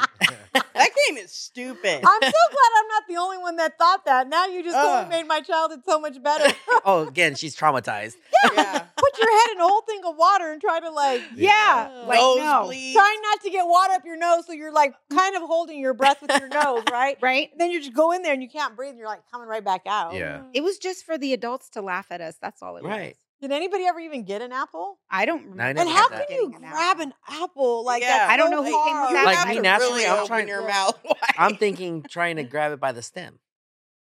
That game is stupid.
I'm so glad I'm not the only one that thought that. Now you just
Ugh.
Uh.
totally made my childhood so much better.
oh, again, she's traumatized.
yeah.
Put your head in a whole thing of water and try to like
yeah,
Yeah.
like no,
Nosebleeds.
try not to get water up your nose so you're like kind of holding your breath with your nose, right?
right?
And then you just go in there and you can't breathe and you're like coming right back out.
Yeah.
It was just for the adults to laugh at us. That's all it was.
Right.
Did anybody ever even get an apple?
I don't remember.
never
and
had
how
that.
can you
getting an
grab
apple.
an apple like
Yeah.
that?
I don't know who came up with that.
have
Like, me
to
naturally,
really
I'm
open
trying-
your
Yeah.
mouth wide.
I'm thinking trying to grab it by the stem,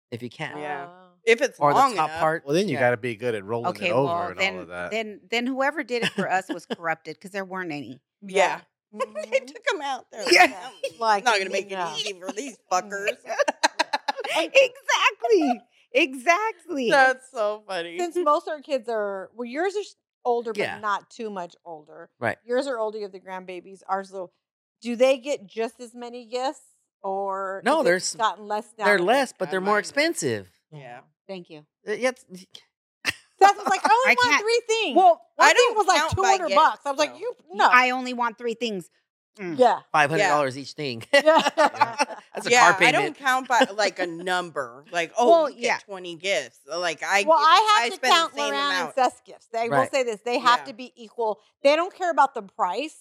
if you can,
Yeah.
Oh.
if it's
or the
long
top
enough.
part.
Well, then you
Yeah.
got to be good at rolling
Okay,
it over
well
and
then,
all of that.
then then whoever did it for us was corrupted because there weren't any.
Yeah.
Mm.
they
Mhm.
took him out there.
Yeah.
Like,
Like, not gonna make
yeah.
it easy for these fuckers.
exactly, exactly.
That's so funny.
Since most our kids are well, yours are s- older, but
Yeah.
not too much older.
Right.
Yours are older. You have the grandbabies. Ours though, do they get just as many gifts, or
No,
is it
there's-
gotten less now.
They're
that
less, but
I
they're more
mind it.
expensive.
yeah.
Thank you.
Uh, yeah, it's-
Seth was like, I only
I
want
can't-
three things.
Well,
One
I
thing
don't
was like
count
two
by
hundred
gifts,
bucks. I was
though.
like, you no,
I only want three things. Mm.
yeah,
five hundred dollars each thing.
yeah.
That's a
yeah,
car
I
payment.
don't count by like a number. Like, oh,
Well,
you get
yeah.
twenty gifts. uh, Like I,
well,
give-
I have to
spend
count
the same
Loran and
amount.
Seth's gifts. They will
Right.
say this. They have
Yeah.
to be equal. They don't care about the price.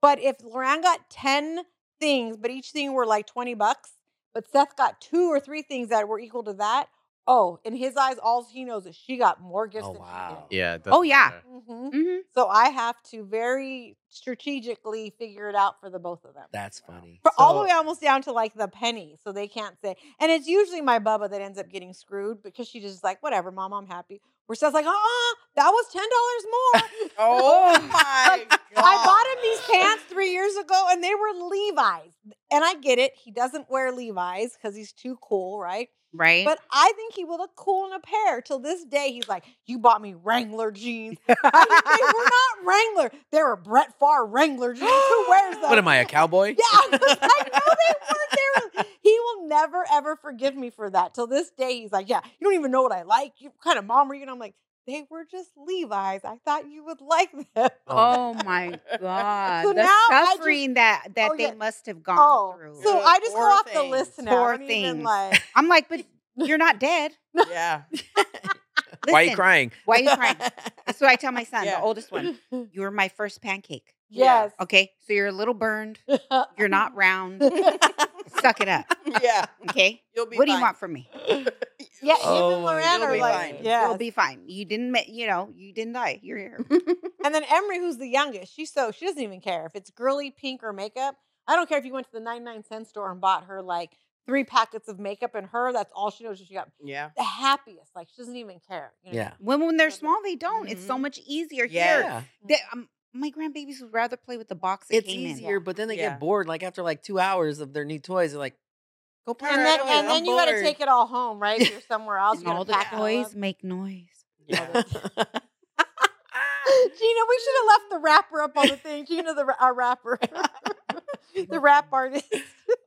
But if Loran got 10 things, but each thing were like 20 bucks, but Seth got two or three things that were equal to that, oh, in his eyes, all he knows is she got more gifts
Oh,
than
wow.
she did.
Yeah.
Oh, yeah.
hmm
hmm
So I have to very strategically figure it out for the both of them.
That's funny.
For all the
So-
way almost down to like the penny. So they can't say. And it's usually my Bubba that ends up getting screwed because she just is like, whatever, mom, I'm happy. Where Seth's like, uh uh that was $10 more.
Oh my god!
I bought him these pants three years ago and they were Levi's. And I get it. He doesn't wear Levi's because he's too cool, right?
Right.
But I think he will look cool in a pair. Till this day, he's like, You bought me Wrangler jeans. I mean, they were not Wrangler. They were Brett Favre Wrangler jeans. Who wears those?
What am I, a cowboy?
Yeah, I was like, no, they weren't. They were- He will never ever forgive me for that. Till this day, he's like, yeah, you don't even know what I like. You what kind of mom are you? And I'm like, they were just Levi's. I thought you would like them.
oh my god,
So now
the
I just-
suffering that that
Oh,
they
yeah.
must have gone
oh,
through.
so I just go
Poor
off the
things.
list now.
Poor
I don't even
things.
like,
I'm like, but you're not dead.
Yeah.
Why are you
Listen,
crying?
Why are you crying? That's what I tell my son,
Yeah.
the oldest one. You were my first pancake.
yes.
Okay. So you're a little burned. You're not round. Suck it up.
yeah.
Okay.
You'll be
what do
fine.
you want from me?
Yeah,
Oh
him and
my
Loran
You'll
are
be
like,
fine.
yeah.
You'll be fine. You didn't, ma- you know, you didn't die. You're here.
and then Emery, who's the youngest, she's so she doesn't even care if it's girly pink or makeup. I don't care if you went to the 99 cent store and bought her like three packets of makeup and her, that's all she knows is she got
Yeah.
the happiest. Like she doesn't even care. you know?
Yeah.
When when they're small, they don't. It's so
Mhm.
much easier here.
Mm-hmm. Yeah.
They, um, my grandbabies would rather play with the box. It
It's
came in.
easier, but then they
Yeah.
get bored. Like after like two hours of their new toys, they're like, go play.
And
right
then,
away,
and
I'm
then you got to
bored."
take it all home, right? If you're somewhere else.
And
you gotta
all the
pack it all
toys
up.
make noise.
Yeah.
Gina, we should have left the wrapper up on the thing. Gina, the ra- our wrapper, the rap artist.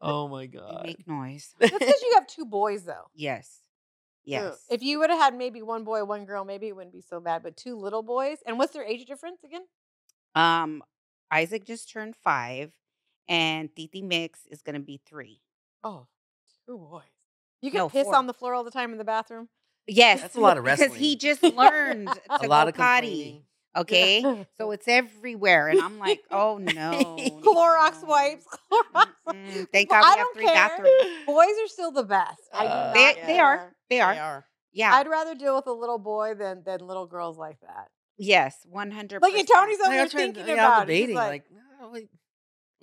oh
They
my god.
make noise.
That's because you have two boys, though.
Yes. Yes.
If you would have had maybe one boy, one girl, maybe it wouldn't be so bad. But two little boys, and what's their age difference again?
um, Isaac just turned five, and Titi Mix is going to be three.
Oh, two boys. You can
No,
piss
four.
on the floor all the time in the bathroom.
Yes,
That's a lot of
because he
wrestling.
just learned to
A lot
go
of
potty.
complaining.
Okay, so it's everywhere, and I'm like, oh no,
Clorox
no.
wipes. Clorox. wipes.
Mm-mm. Thank
Well,
God
I
we have
don't
three
care.
bathrooms.
Boys are still the best. I do
Uh,
not
They, they
care.
are. They
They
are.
are.
Yeah.
I'd rather deal with a little boy than than little girls like that.
yes. One hundred.
Look at Tony's over
Like,
here
I'm trying to-
thinking
like, I'm
about it. He's
debating.
like,
Like, "No, like,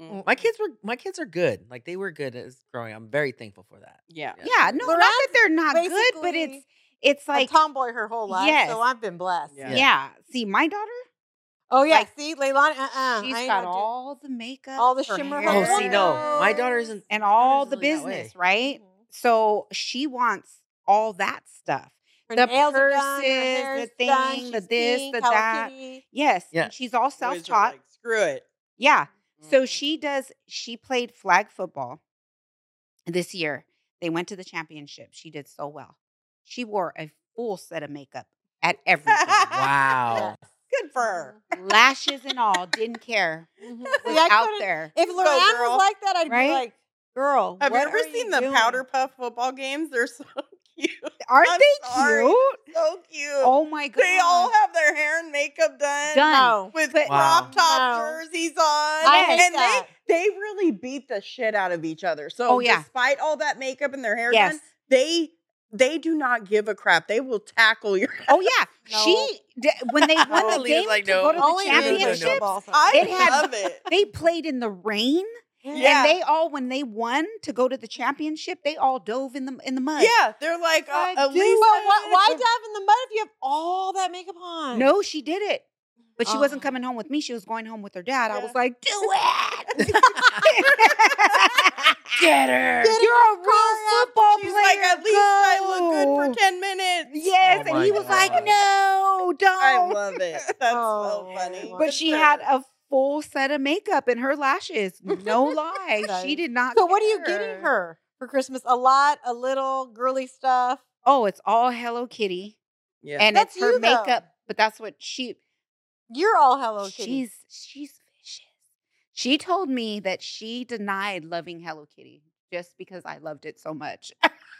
Mm.
my kids were my kids are good. Like they were good as growing. up. I'm very thankful for that.
Yeah.
Yeah. No, not that they're not good, but
basically
it's it's
like
like
a tomboy her whole life,
Yes.
so I've been blessed.
Yeah.
yeah. See, my daughter,
Oh yeah,
Like,
see, Leilani, uh, uh
she's got all the makeup,
all the
her
shimmer.
hair,
Oh, see, no, my
Yes.
daughter isn't.
and
my
all
daughter's
the
really that way.
business, right?
Mm-hmm.
So she wants all that stuff.
Her
The
nails are done, her
purses,
hair
the
is done,
thing, the
she's
this,
pink,
the
Hello
that.
Kitty.
Yes.
Yeah.
And she's all
Boys are
self taught.
like, Screw it.
yeah. So
Mhm.
she does, she played flag football this year. They went to the championship. She did so well. She wore a full set of makeup at everything.
Wow.
Good for her.
Lashes and all, didn't care.
Mhm.
Was
See, I
out
couldn't-
there.
If
Go,
Lorraine
girl.
was like that, I'd
Right?
be like, girl.
Have you
what
ever
are
seen the
doing?
Powder Puff football games? They're so cute.
Aren't
I'm
they
sorry.
cute?
So cute.
Oh my god.
they all have their hair and makeup done.
Done.
No.
With
But-
crop top
Wow.
jerseys on.
I hate
and
that.
they they really beat the shit out of each other. So
Oh, yeah.
despite all that makeup and their hair
Yes.
done, they they do not give a crap. They will tackle your
Oh yeah.
No.
She d- when they won the
Totally is
game
like,
to
no.
go to the
Only men play
championships,
championship,
football, so-
I
It had-
love it.
they played in the rain.
Yeah.
And they all, when they won to go to the championship, they all dove in the in the mud.
Yeah, they're like, uh,
Like,
at
dude,
least
Well, why,
I-
why dive in the mud if you have all that makeup on?
No, she did it, but she wasn't
Oh.
coming home with me. She was going home with her dad. I
Yeah.
was like, "Do it!
Get her.
Get in
You're a
the
real
car after
football
She's
player.
like, at least I look good
go."
for 10 minutes.
Yes,
Oh
and he
my
was like,
God.
"No,
I
don't."
love it. That's
Oh,
so funny.
Lord.
But
Good
she
for
had
her.
a full set of makeup and her lashes. No lie, she
Nice.
did not.
So what are you
care.
getting her for Christmas? A lot, a little girly stuff.
Oh, it's all Hello Kitty,
Yeah.
and
That's
it's her
you, though.
makeup. But that's what she.
You're all Hello Kitty.
she's she's vicious. She told me that she denied loving Hello Kitty just because I loved it so much.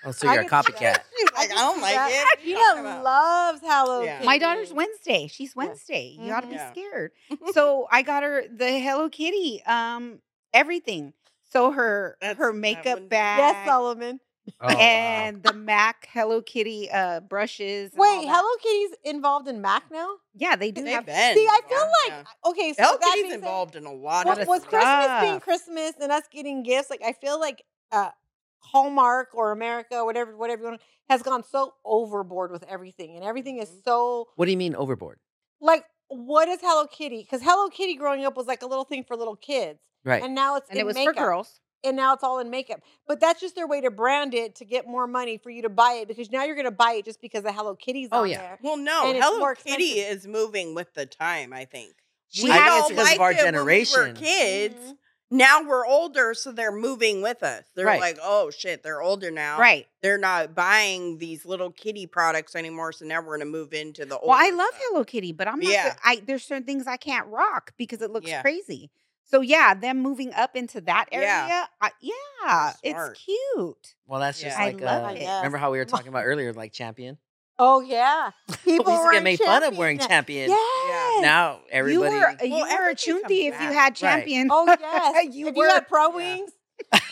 Oh, so you're a
I could see
copycat.
that. She's
Like, I
can
don't
see
like
that.
it. What are you talking
Gina
about?
loves Hello
Yeah.
Kitty.
My daughter's Wednesday. She's Wednesday. You ought to
Mhm.
be
Yeah.
scared. so I got her the Hello Kitty, um, everything. So her
That's-
her
that
makeup
wouldn't be- Yes,
bag
Yes, Solomon.
Oh, wow.
and the Mac Hello Kitty uh brushes. and all
Wait,
that.
Hello Kitty's involved in Mac now?
Yeah, they do
They've
have.
been.
See, I feel
Yeah,
like
yeah.
okay. So
Hell
that
Kitty's
being said,
involved in a lot
wa-
of
Well,
was
stuff.
Christmas being
stuff.
Christmas and us getting gifts? Like I feel like uh, Hallmark or America, whatever, whatever you want, has gone so overboard with everything, and everything is
Mm-hmm.
Mhm.
so
What do you mean overboard?
like what is Hello Kitty? Because Hello Kitty growing up was like a little thing for little kids,
Right.
and now it's
And
in
it was
makeup,
for girls.
and now it's all in makeup. But that's just their way to brand it to get more money for you to buy it because now you're going to buy it just because the Hello Kitty's
Oh,
on
yeah.
there.
Well, no,
And it's
Hello
more
Kitty
expensive.
is moving with the time. I think
She
I
has
guess
to. Mm-hmm.
because of our
liked it when We were
generation.
kids.
Mhm.
Now we're older, so they're moving with us. They're
Right.
like, oh shit, they're older now.
right.
They're not buying these little kitty products anymore. So now we're gonna move into the.
Well, I
older
love
stuff.
Hello Kitty, but I'm not.
Yeah.
Yeah. I there's certain things I can't rock because it looks
Yeah.
crazy. So yeah, them moving up into that
Yeah.
area, yeah, I, yeah
Smart.
it's cute.
Well, that's just
Yeah.
I
like.
love
uh,
it.
Yes.
Remember how we were talking about earlier, like champion?
Oh yeah, people
People used to
were
get made fun of wearing
champion.
champion.
Yes.
Now everybody.
You were, you
Well,
were a
everything comes
chunti if
back.
you had
Right.
champion.
Oh yes,
you
if
were.
you had pro
Yeah.
wings.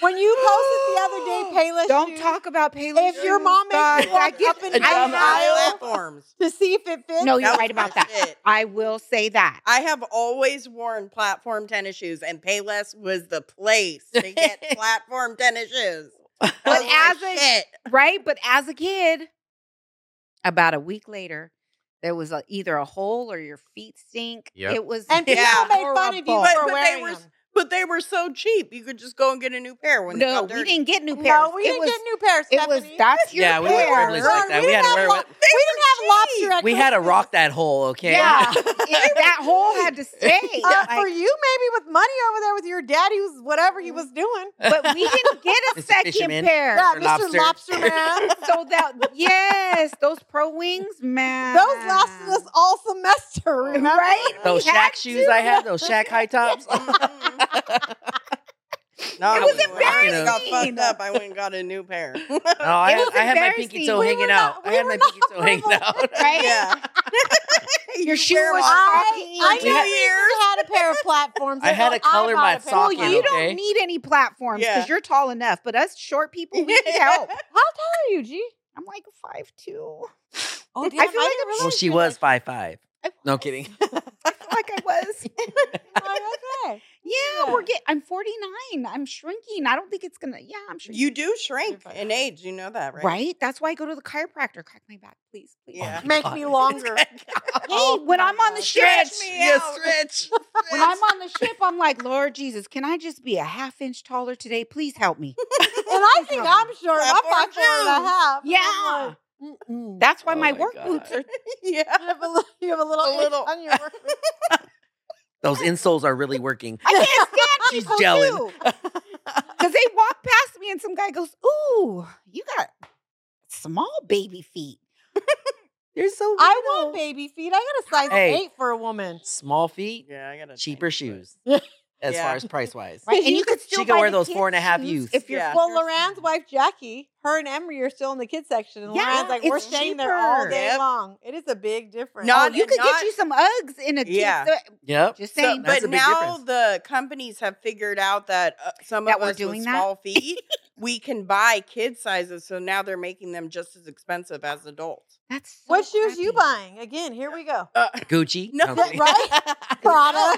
When you posted the other day, Payless
Don't
shoes
talk about Payless.
If your mom makes
God,
you walk
I did-
up and
a
down
dumb
the
aisle.
aisle
platforms.
to see if it fits,
no,
That
you're
was
right
my
about that.
shit.
I will say that.
I have always worn platform tennis shoes, and Payless was the place to get platform tennis shoes.
But
Oh, my
as a-
shit.
right? But as a kid, about a week later, there was a, either a hole or your feet stink.
Yep.
It was
and people
Yeah.
made fun of you for
But- but
horrible.
they
wearing
were
them.
s- but they were so cheap, you could just go and get a new pair when they
no,
got dirty.
we didn't get new pairs.
No, we
it
didn't
was,
get new pairs.
It was
Stephanie.
that's your
yeah, we weren't
pair.
privileged
Ron,
like that.
we
We had
didn't
to
have
wear.
lo- we didn't have lobster. at
we had to
Christmas.
rock that hole. Okay.
Yeah, it- that hole had to stay.
Uh,
Like,
for you, maybe with money over there with your daddy, who's whatever he was doing.
but we didn't get a
Mr.
second
Fisherman.
pair.
Yeah, Mr.
Lobster.
Lobster Man.
So that yes, those pro wings, man.
Those lasted us all semester, remember?
Right?
those
We had
Shaq shoes I had, those Shaq high tops.
Mm-hmm. Mm-mm. no, I
It was
wouldn't wear I got
embarrassing.
fucked up. I went and got a new pair.
No, I
It
had,
was
I had my pinky
embarrassing.
toe
We
hanging
were not-
out.
we
I had
were
my pinky
not
toe hanging
privileged.
out.
right?
yeah.
Your shoe
wear
was
one.
I, I
We
know
had-
we had a pair of platforms.
I had to color my
Well,
sock
sock.
in,
you don't
okay?
need any platforms because
Yeah.
you're tall enough. But us short people, we need help.
How tall are you, G?
I'm like five two.
Oh,
I feel like
didn't
I'm-
Well,
realize
she
you were
was five five.
I
No kidding.
like I was.
that tall.
Oh,
Okay.
Yeah, we're getting. I'm 49. I'm shrinking. I don't think it's gonna. Yeah, I'm shrinking.
You do shrink in age. You know that,
right?
right?
That's why I go to the chiropractor. Crack my back, please, please.
Yeah.
Oh my
Make
God.
me longer.
Hey, when
my
I'm on the
God.
ship,
Stretch me
Yeah,
out.
stretch.
when I'm on the ship, I'm like, Lord Jesus, can I just be a half inch taller today? Please help me.
And I think I'm short. I'm
Platform
five four and a
shoes.
half.
Yeah.
I'm like, mm-mm.
That's why
Oh
my,
my
work
God.
boots are.
yeah.
You have a little, you have a little,
A
itch
little.
on your work.
Those insoles are really working.
I can't stand
She's
people
gelling.
too. Because they walk past me and some guy goes, Ooh, you got small baby feet.
They're so
I want baby feet. I got a size
Hey.
eight for a woman.
small feet,
Yeah, I got
cheaper shoes.
Yeah.
As
Yeah.
far as price wise.
Right. And
You
you
could
could still
she could
buy
wear
the
those
kids
four and a half
shoes
youths.
If you're
Yeah.
Well, Loran's wife Jackie, her and Emery are still in the kids section, and
Yeah,
Loran's like, "We're
it's
staying there all
cheaper. Oh,
day
Yep.
long." It is a big difference.
Not-
you could
not-
get you some Uggs in a
Yeah.
yeah.
Yep.
Just
So,
saying,
That's
but
a big
now
difference.
the companies have figured out that uh, some
That
of
we're
us
doing
with
that?
small feet, we can buy kid sizes. So now they're making them just as expensive as adults.
that's so
what shoes you
crappy.
buying? Again, here we go.
Uh,
Gucci.
No,
I'm
Yeah,
kidding.
right? Prada.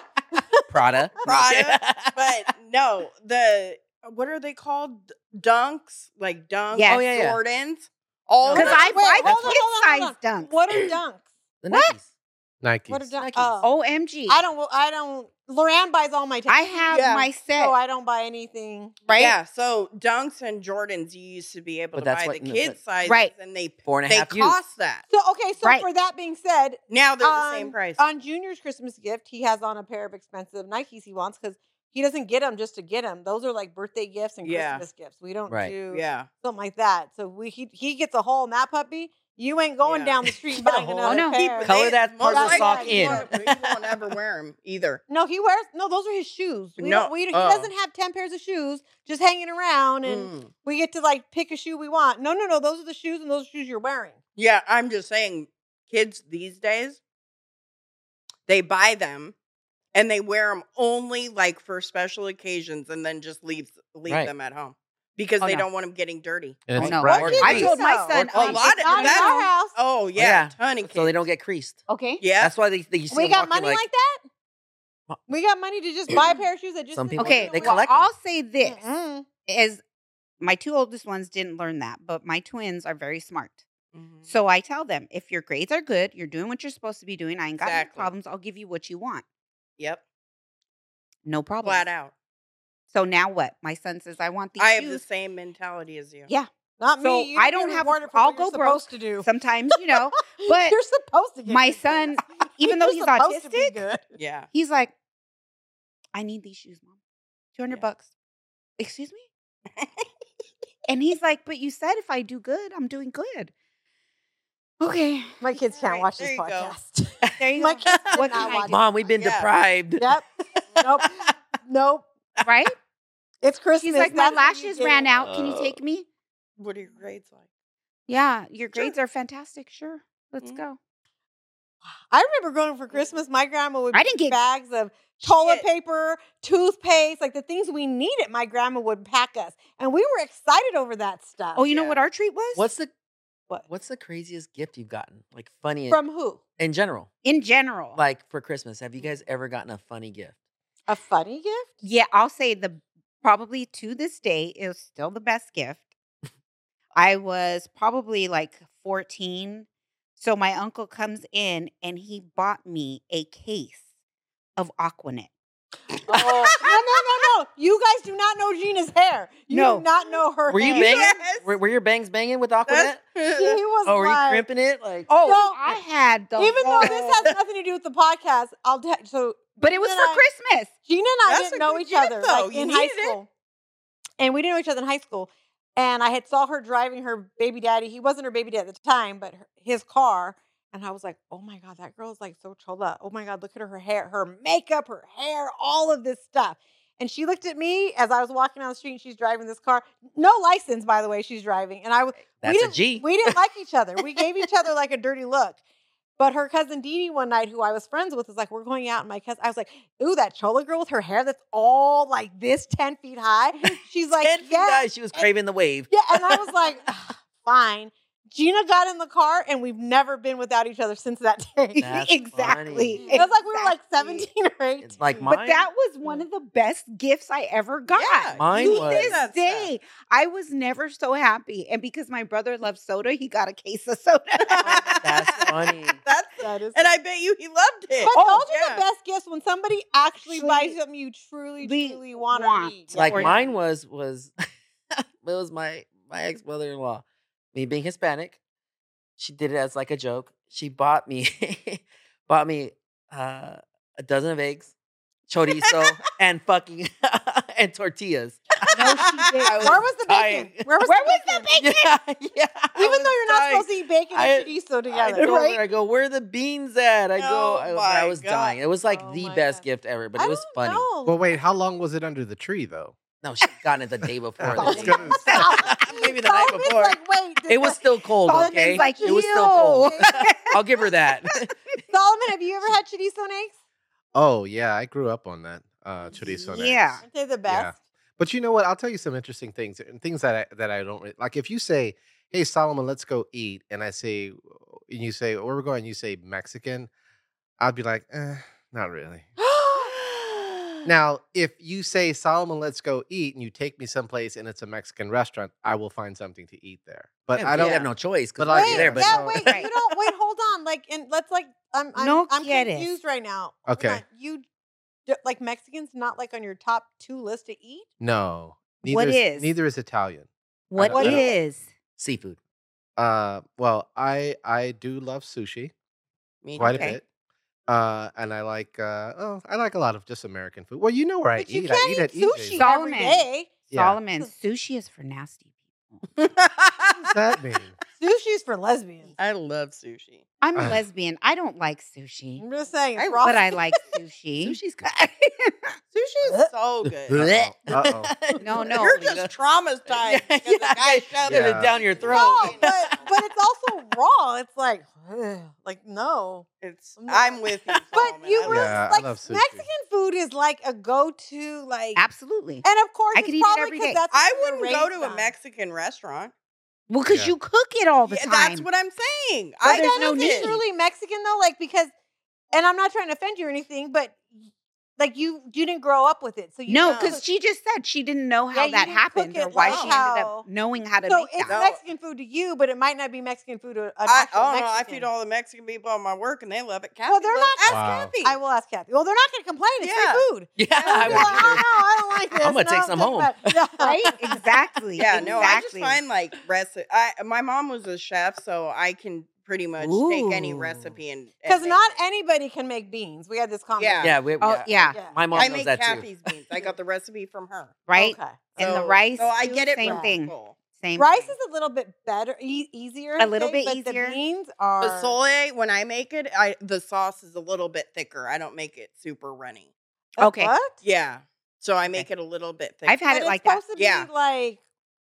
Prada.
Prada, but no, the what are they called? Dunks, like Dunks,
Yes.
Oh, yeah, yeah.
Jordans. All of
Because
them.
I
Wait,
buy
hold on, hold
the
on,
kid size dunks.
What are dunks?
the
What?
Nikes.
Nike.
What are dunks?
Nikes.
Oh,
OMG.
I don't. I don't. Loran buys all my.
I
T-
have
Yeah.
my set.
so Oh, I don't buy anything.
right?
Yeah, so Dunks and Jordans, you used to be able
But
to
that's
buy
what-
the kids sizes,
Right.
and they
Four and a
they
half
cost
youths.
that.
So okay. So
Right.
for that being said,
Now they're the
on-
same price.
on Junior's Christmas gift, he has on a pair of expensive Nikes he wants because he doesn't get them just to get them. Those are like birthday gifts and
Yeah.
Christmas gifts. We don't
Right.
do
yeah,
something like that. So we he, he gets a hole in that puppy. You ain't going
Yeah.
down the street and
Get a
buying
hole.
another
Oh, no.
pair.
Color that
most
parcel sock
likely
in.
You won't, you won't ever wear them either.
no, he wears no. Those are his shoes. We
No,
don't. We,
oh.
He doesn't have ten pairs of shoes just hanging around, and
Mm.
we get to like pick a shoe we want. No, no, no. Those are the shoes, and those are the shoes you're wearing.
Yeah, I'm just saying, kids these days, they buy them and they wear them only like for special occasions, and then just leave leave
Right.
them at home because
Oh,
they
no.
don't want them getting dirty.
And
Oh,
it's
no.
brown
Or
and
I
Greece.
green.
told my
so.
son,
A
um,
lot
it's
of-
Not
not
in our
that-
house.
Oh yeah,
yeah.
ton of kids.
So they don't get creased.
okay.
Yeah,
That's why they, they you see
we
them
got
walking
money like,
like
that.
Huh.
We got money to just buy a pair of shoes that just
Some
sit
people-
there
Okay,
and
They
walk.
well,
collect 'em.
I'll say this
Mm-mm.
is my two oldest ones didn't learn that, but my twins are very smart.
Mhm.
So I tell them, if your grades are good, you're doing what you're supposed to be doing. I ain't got
Exactly.
no problems. I'll give you what you want.
Yep,
No problem.
flat out.
So now what? My son says, I want these
I have the
shoes.
same mentality as you.
Yeah.
Not
So
me. You
I
get
don't have-
rewarded for
I'll
what you're
go broke.
supposed to do.
Sometimes, you know, but
you're supposed to. Get
my
good grades.
son, even though
You're
he's
supposed to be
autistic,
good.
Yeah.
he's like, I need these shoes, mom. 200
Yeah.
bucks. Excuse me? and he's like, but you said if I do good, I'm doing good. Okay.
My kids can't
Right,
watch
there
this
you go.
podcast.
There you
My
go.
kids did
What
not
can I
watch.
do?
it.
Mom, we've been
Yeah.
deprived.
Yep. Nope. Nope.
Right?
It's Christmas.
He's like, my
That's what you
lashes
get.
ran out. Can you take me?
What are your grades like?
Yeah, your
Sure.
grades are fantastic. Sure. Let's
Mhm.
go.
I remember growing up for Christmas, my grandma would
I
bring
didn't get-
bags of toilet
Shit.
paper, toothpaste, like the things we needed. My grandma would pack us, and we were excited over that stuff.
Oh, you know
Uh, yeah.
what our treat was?
What's the
What?
What's the craziest gift you've gotten? Like funny
from Mm. who?
in general,
in general?
like for Christmas. Have you guys ever gotten a funny gift?
A funny gift?
yeah, I'll say the probably to this day it was still the best gift. I was probably like 14. So my uncle comes in and he bought me a case of Aquanet.
Oh no no no no! You guys do not know Gina's hair. You
No.
do not know her.
Were you
hair.
banging?
Yes.
Were, were your bangs banging with Aquanet?
That's-
He was
Oh, were you
like,
crimping it? Like,
Oh,
No.
I had the
even though
whole-
this has nothing to do with the podcast, I'll tell. So,
but it was
Gina
for
and I-
Christmas.
Gina and I
That's
didn't
a
know
good
each
gift,
other
though.
like
You
in high
needed it.
school, and we didn't know each other in high school. And I had saw her driving her baby daddy. He wasn't her baby dad at the time, but her, his car. And I was like, "Oh my god, that girl is like so chola. Oh my god, look at her, her hair, her makeup, her hair, all of this stuff." And she looked at me as I was walking down the street. and She's driving this car, no license, by the way. She's driving, and I was
that's a
didn't-
G.
we didn't like each other. We gave each other like a dirty look. But her cousin Dee Dee one night, who I was friends with, was like, "We're going out." And my cousin, I was like, "Ooh, that chola girl with her hair that's all like this, ten feet high." She's like,
Ten feet
"Yeah,
high, she was craving the wave.
yeah." And I was like, "Ugh, "Fine." Gina got in the car, and we've never been without each other since that day.
That's
exactly.
It was like we were like
Exactly.
seventeen or eighteen.
It's like mine.
But that was one of the best gifts I ever got.
Yeah,
Mine
to
was-
this
That's it.
day, I was never so happy. And because my brother loves soda, he got a case of soda.
Oh,
that's funny.
That's
That is.
and I bet you he loved
But
it.
those are
yeah.
the best gifts when somebody actually
Truly
buys something you truly,
we
truly want to
want.
need.
like
Or-
mine was was it was my my ex mother in law, me being Hispanic. She did it as like a joke. She bought me bought me uh, a dozen of eggs, chorizo, and fucking and tortillas.
No, she did.
I was
Where was the
dying.
bacon? Where was
Where
the
was
bacon?
the
Yeah, yeah. I
Even though
was
you're not
dying.
supposed to eat bacon and
I-
chorizo
I
together.
told
right?
her, I go, where are the beans at? I go,
Oh
I,
my
I was
God.
dying. It was like
Oh
the
my
best
God.
gift ever, but
I
it was
don't
funny.
know.
Well, wait, how long was it under the tree though?
No, she got it the day before.
I
the
was
day.
gonna say.
Maybe the night
Solomon's
before.
Like, wait, did
It was still cold,
Solomon's
okay?
like,
it was still cold. I'll give her that.
that- Solomon, have you ever had chorizo and eggs?
Oh yeah, I grew up on that uh, chorizo. and eggs.
Yeah.
Aren't they the
Yeah.
best?
But you know what? I'll tell you some interesting things and things that I, that I don't re- like. If you say, "Hey Solomon, let's go eat," and I say, "Oh," and you say, "Where we're going?" and You say Mexican. I'd be like, eh, "Not really." Now, if you say Solomon, let's go eat, and you take me someplace and it's a Mexican restaurant, I will find something to eat there. But
Oh,
Yeah,
I
we
don't.
have no choice.
But
'cause
like,
we're
wait,
there, but
yeah,
no.
wait,
Right.
you don't wait, hold on. Like and let's like I'm I'm,
No
I'm
quieres.
confused right now. Hold
Okay.
on. You d- like Mexicans not like on your top two list to eat?
No. Neither
What
is,
is?
neither is Italian.
what
What
is?
seafood.
Uh, well, I I do love sushi
Me
quite
too.
a bit. Uh, and I like uh, oh, I like a lot of just American food. Well, you know where I
but you
eat.
can't
I eat, at
E
sushi
EJ's.
Sal-
every
Solomon.
day.
Yeah.
Solomon, sushi is for nasty people.
What does that mean?
Sushi's for lesbians.
I love sushi.
I'm a
Uh.
lesbian. I don't like sushi,
I'm just saying. it's
I-
raw
but I like sushi.
Sushi's
Sushi is so good.
Uh-oh, uh-oh.
No, no.
You're just traumatized
Yeah,
because the
yeah,
guy
shoved
shoved
yeah.
it down your throat.
No, but but it's also raw. It's like, like no.
It's
No.
I'm with you.
But
Solomon.
you
Oh, I
were
love-
Yeah, I
like
love sushi.
Mexican food is like a go-to, like,
Absolutely.
and of course
I
it's
could eat it
probably
every
'cause
day.
That's what
I
we were
wouldn't go
raised
to a
on.
Mexican restaurant.
Well, because
Yeah.
you cook it all the
Yeah,
time.
that's what I'm saying.
So
I
there's
got
no
it.
It's
need.
truly Mexican though, like because, and I'm not trying to offend you or anything, but like you you didn't grow up with it, so you
no,
don't-
because she just said she didn't know
Yeah,
how
you
that
didn't cook
happened or
it
why
like
she ended
how-
up knowing how to
so
make
it's
that.
No.
Mexican food to you, but it might not be Mexican food to an
I,
actual
oh no, I
Mexican.
feed all the Mexican people at my work, and they love it. Kathy
Well, they're
loves-
not-
Ask
Wow.
Kathy.
I will ask Kathy. Well, they're not going to complain. It's
Yeah.
free food.
yeah,
They'll
I
be
would
like, oh
too.
no, I don't like this.
I'm gonna
No,
take some home."
back- Yeah.
right? Exactly.
Yeah,
exactly.
no, I just find like recipe. I my mom was a chef, so I can pretty much take any
Ooh.
recipe and and
Because
make
not
it.
anybody can make beans. We had this conversation.
Yeah, we,
Oh, yeah.
Yeah.
My mom
I
knows
make
that
Kathy's beans. I got the recipe from her.
Right?
Okay.
And the
So-
rice,
So I
too,
get it.
same
from
thing.
people.
Same
Rice
thing.
is a little bit better, e- easier.
A
to
little
say,
bit
but
easier.
The beans are.
The sole when I make it, I the sauce is a little bit thicker. I don't make it super runny.
Uh,
Okay.
What?
Yeah, so I make it a little bit thicker.
I've had
But
it like
it's
that.
supposed to be
Yeah.
like
too.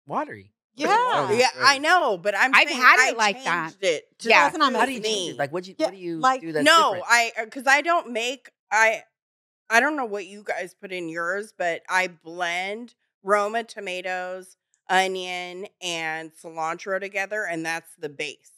Watery.
Yeah.
Yeah, I know, but I'm.
I've
saying
had it
I
like that.
changed It to
Yeah.
Listen, I'm
How
a
do you
Me.
change it? Like what do you
Yeah,
what do you
like-
do that's
no,
different?
I because I don't make I. I don't know what you guys put in yours, but I blend Roma tomatoes, onion, and cilantro together, and that's the base.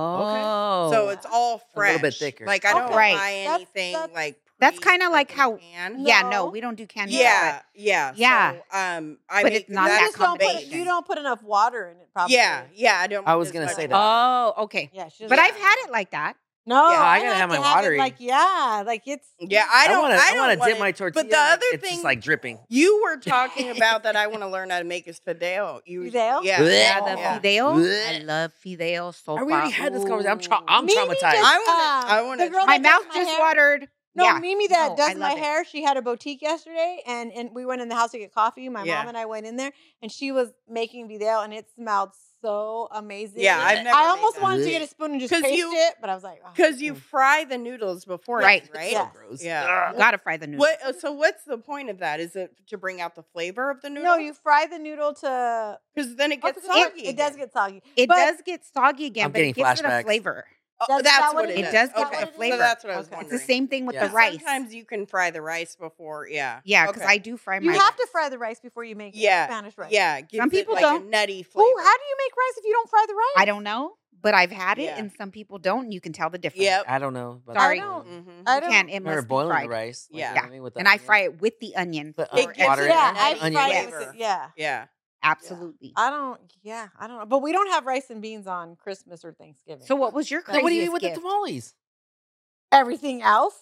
Oh,
so it's all fresh,
little bit thicker.
Like I don't
Okay.
Right.
buy
That's-
anything
that's-
like.
That's
pre-
kinda like
in a
how-
can.
No.
yeah. No, we don't do canned. goods,
Yeah, yeah,
Yeah.
So, um, I
But
make
it's not
you
that
that
just don't put
combination.
you don't put enough water in it. Probably.
Yeah, yeah, I don't.
I
put
was
as
gonna
much
say
but-
that.
water.
Oh, okay.
Yeah. She doesn't-
But I've had it like that.
No,
Yeah, I
I
gotta
like
have
to
my
it
watery.
Like yeah, like it's
Yeah, I don't. I,
wanna,
don't
wanna
want
dip
it.
my
But
tortilla.
the other
it's
thing
just like dripping.
you were talking about that I want to learn how to make is fideo. You
Fideo?
Yeah,
Blech.
Yeah,
that's-
the
yeah.
fideo. I
Blech.
love fideo so
Are we already had this conversation? I'm tra- I'm
Mimi
traumatized.
just,
I wanna-
um,
I wanna
the girl
my
that does
mouth just
hair-
watered.
No,
yeah.
Mimi that
No, I
does my
love it.
hair. She had a boutique yesterday, and and we went in the house to get coffee. My
Yeah.
mom and I went in there, and she was making video, and it smelled so amazing.
Yeah, I've never.
I almost
want-
wanted to get a spoon and just
'Cause
taste
you-
it, but I was like, oh.
because you fry the noodles before,
Right.
Right.
Yeah.
gross.
Yeah.
Ugh.
Gotta fry the noodles.
What? uh, So what's the point of that? Is it to bring out the flavor of the noodle?
no, you fry the noodle to.
because then it
Oh,
gets
because
soggy.
It, it does
again.
get soggy.
It
But-
does get soggy again,
I'm
but it
getting
gives it
flashbacks.
a flavor.
Oh,
That's-
that's
that
what
what
it
it
is.
is?
It does
get
okay.
the flavor.
So that's what I was
Okay.
It's
wondering.
the same thing with
Yeah.
the
But
rice.
Sometimes you can fry the rice before. Yeah.
yeah, because
Okay.
I do fry
You
my.
have to fry the rice before you make it,
Yeah,
Spanish rice.
Yeah. Gives
Some
it,
people
like
don't.
A nutty flavor.
Ooh, how do you make rice if you don't fry the rice?
I don't know, but I've had it,
Yeah.
and some people don't. And you can tell the difference.
Yep.
I don't know. about
Sorry.
that
I
one.
don't-
Mhm.
I
You
don't.
can't. It
Remember
must be
boiling the
fried.
rice? Like, you
Yeah.
know what I mean, with the
And I
onion?
fry it with the onion.
Put
for
It gives
water
it
in
Yeah,
it,
an
I
onion
fried it.
flavor.
With, yeah.
Yeah.
Absolutely.
I don't. Yeah, I don't know. But we don't have rice and beans on Christmas or Thanksgiving.
So what was your craziest
Like, what do you eat with
gift?
the tamales?
everything else,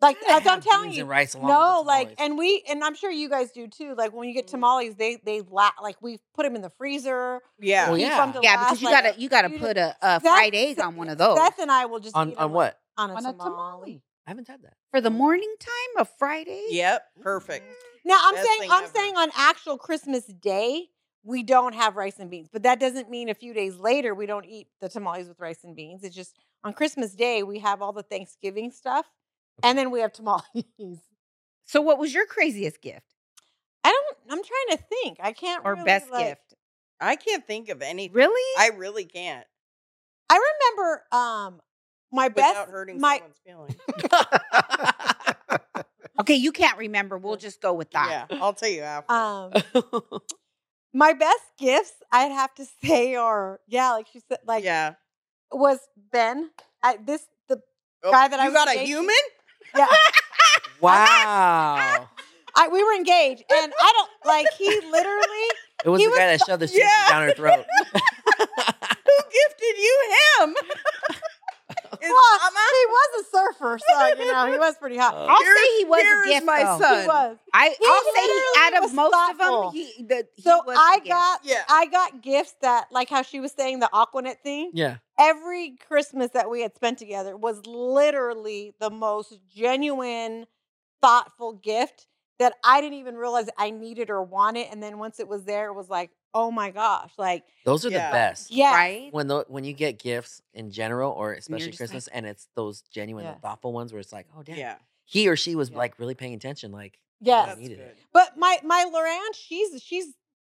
like
You gotta
as I'm
have
telling
beans
you,
and rice along
no,
with the
like,
tamales.
and we, and I'm sure you guys do too. Like when you get
Mhm.
tamales, they they la- like we put them in the freezer.
Oh, Yeah.
Well,
keep
yeah.
'em to
yeah,
last,
because you
like,
gotta you gotta
you
put a, a
Seth-
fried egg on one of those
Seth and I will just
on
eat 'em
on what?
on a,
on a
tamale.
tamale
I haven't had that.
for the morning time. A fried egg.
Yep. Perfect.
Now I'm
Best
saying
thing
I'm
ever.
saying on actual Christmas Day we don't have rice and beans, but that doesn't mean a few days later we don't eat the tamales with rice and beans. It's just on Christmas Day we have all the Thanksgiving stuff, and then we have tamales.
So what was your craziest gift
I don't. I'm trying to think. I can't.
or
really,
best
like-
gift?
I can't think of anything.
Really?
I really can't.
I remember. Um, my
Without
best.
hurting
my
someone's feelings.
okay, you can't remember. We'll just go with that.
Yeah. I'll tell you after.
um, my best gifts. I'd have to say, or yeah, like she said, like
yeah.
was Ben. I, this the
Oh,
guy that I
you
was
got a
dating-
human?
yeah.
wow.
I, we were engaged, and I don't like. He literally.
It was
He
the
was
guy that shoved the sushi
Yeah.
down her throat.
Who gifted you him? His
Well,
mama?
he was a surfer, so you know he was pretty hot.
I'll
Here-
say he was
here
a
is
gift.
my
though.
son.
He was.
I,
He
I'll say
literally
out of
was
most
thoughtful.
of them, he, the, he
So
was the
I
gift.
got
Yeah.
I got gifts that like how she was saying the Aquanet thing.
Yeah.
every Christmas that we had spent together was literally the most genuine, thoughtful gift that I didn't even realize I needed or wanted. And then once it was there, it was like, oh my gosh, like,
Those are
Yeah.
the best.
yeah.
right.
When the, when you get gifts in general or especially
just like-
Christmas and it's those genuine
Yes.
thoughtful ones where it's like, oh damn.
Yeah.
He or she was
Yeah.
like really paying attention, like
Yes.
I
That's
needed
good.
it.
But my my Loran, she's she's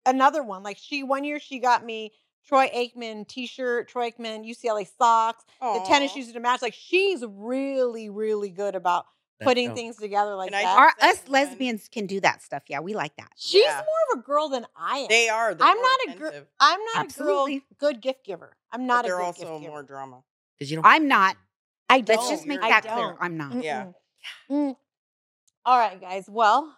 another one. Like she one year she got me Troy Aikman t-shirt, Troy Aikman UCLA socks, the tennis
Aw.
shoes to match. Like she's really, really good about
That's
putting
dope.
things together like
Can I
that.
Our,
That's
us
like one-
lesbians can do that stuff. Yeah, we like that.
she's
Yeah.
more of a girl than I am.
They are. they're
I'm
more
not a gr-
attentive,
I'm not a
Absolutely.
girl good gift giver. I'm
but
not a
They're
good
also
gift giver.
more drama.
'Cause you don't
I'm not.
I don't.
Let's just make
I
that clear.
don't.
I'm not.
Mm-mm.
um, Yeah.
Mm. All right, guys. Well,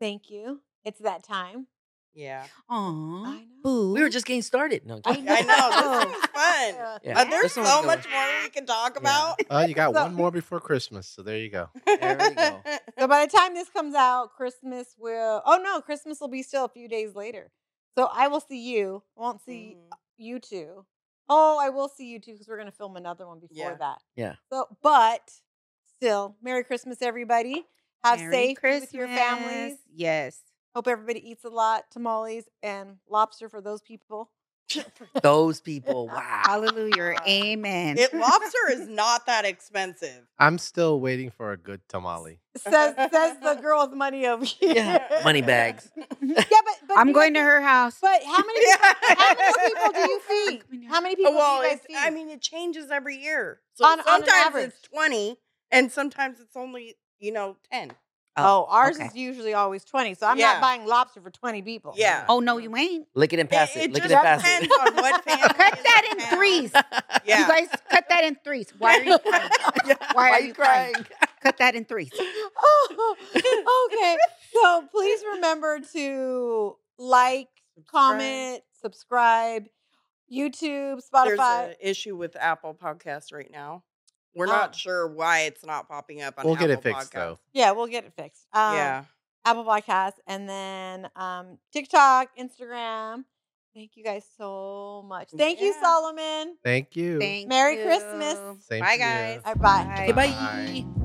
thank you. It's that time.
Yeah.
Aw,
I know.
boo.
we were just getting started. No, I'm
I
kidding.
I know.
know.
This is fun.
Uh,
Yeah.
Uh, there's
This
so
one's good.
much more we can talk
Yeah.
about.
Oh, you got
So-
one more before Christmas, so there you go.
There we go.
So by the time this comes out, Christmas will. Oh no, Christmas will be still a few days later. So I will see you. I won't see
Mhm.
you two. Oh, I will see you two because we're gonna film another one before
Yeah.
that.
Yeah.
So, but still, Merry Christmas, everybody. Have
Merry
safe with your families.
Christmas. Yes.
Hope everybody eats a lot tamales and lobster for those people.
Those people. Wow.
Hallelujah. Amen.
It lobster is not that expensive.
I'm still waiting for a good tamale.
says says the girl with money over here.
Yeah. Money bags.
Yeah, but, but
I'm
you
going
know-
to her house.
But how many
Yeah.
how many people do you feed? How many people
well,
do you guys
it's,
feed?
I mean, it changes every year. So
On- on an
sometimes
average.
it's twenty, and sometimes it's only you know ten.
oh, ours
okay.
is usually always twenty, so I'm
Yeah.
not buying lobster for twenty people.
Yeah.
Oh no, you ain't.
Lick it and pass it.
It,
Lick
just
it and pass
depends on what family.
Cut
is
that in
town.
threes.
it.
Yeah.
You guys cut that in threes. Why are you crying?
Yeah,
Why are you crying? Cut that in threes.
Oh, okay. So please remember to like, comment, subscribe, YouTube,
There's
Spotify.
an issue with Apple Podcasts right now. We're
Ah.
not sure why it's not popping up on
We'll
Apple
get it fixed
Podcasts.
though.
yeah, we'll get it fixed. Um,
yeah.
Apple Podcasts, and then um, TikTok, Instagram. Thank you guys so much. Thank you,
Yeah.
Solomon.
Thank you.
Thank
Merry
you.
Christmas.
Same
Bye
to you.
guys.
All right, bye.
Bye.
Okay, bye.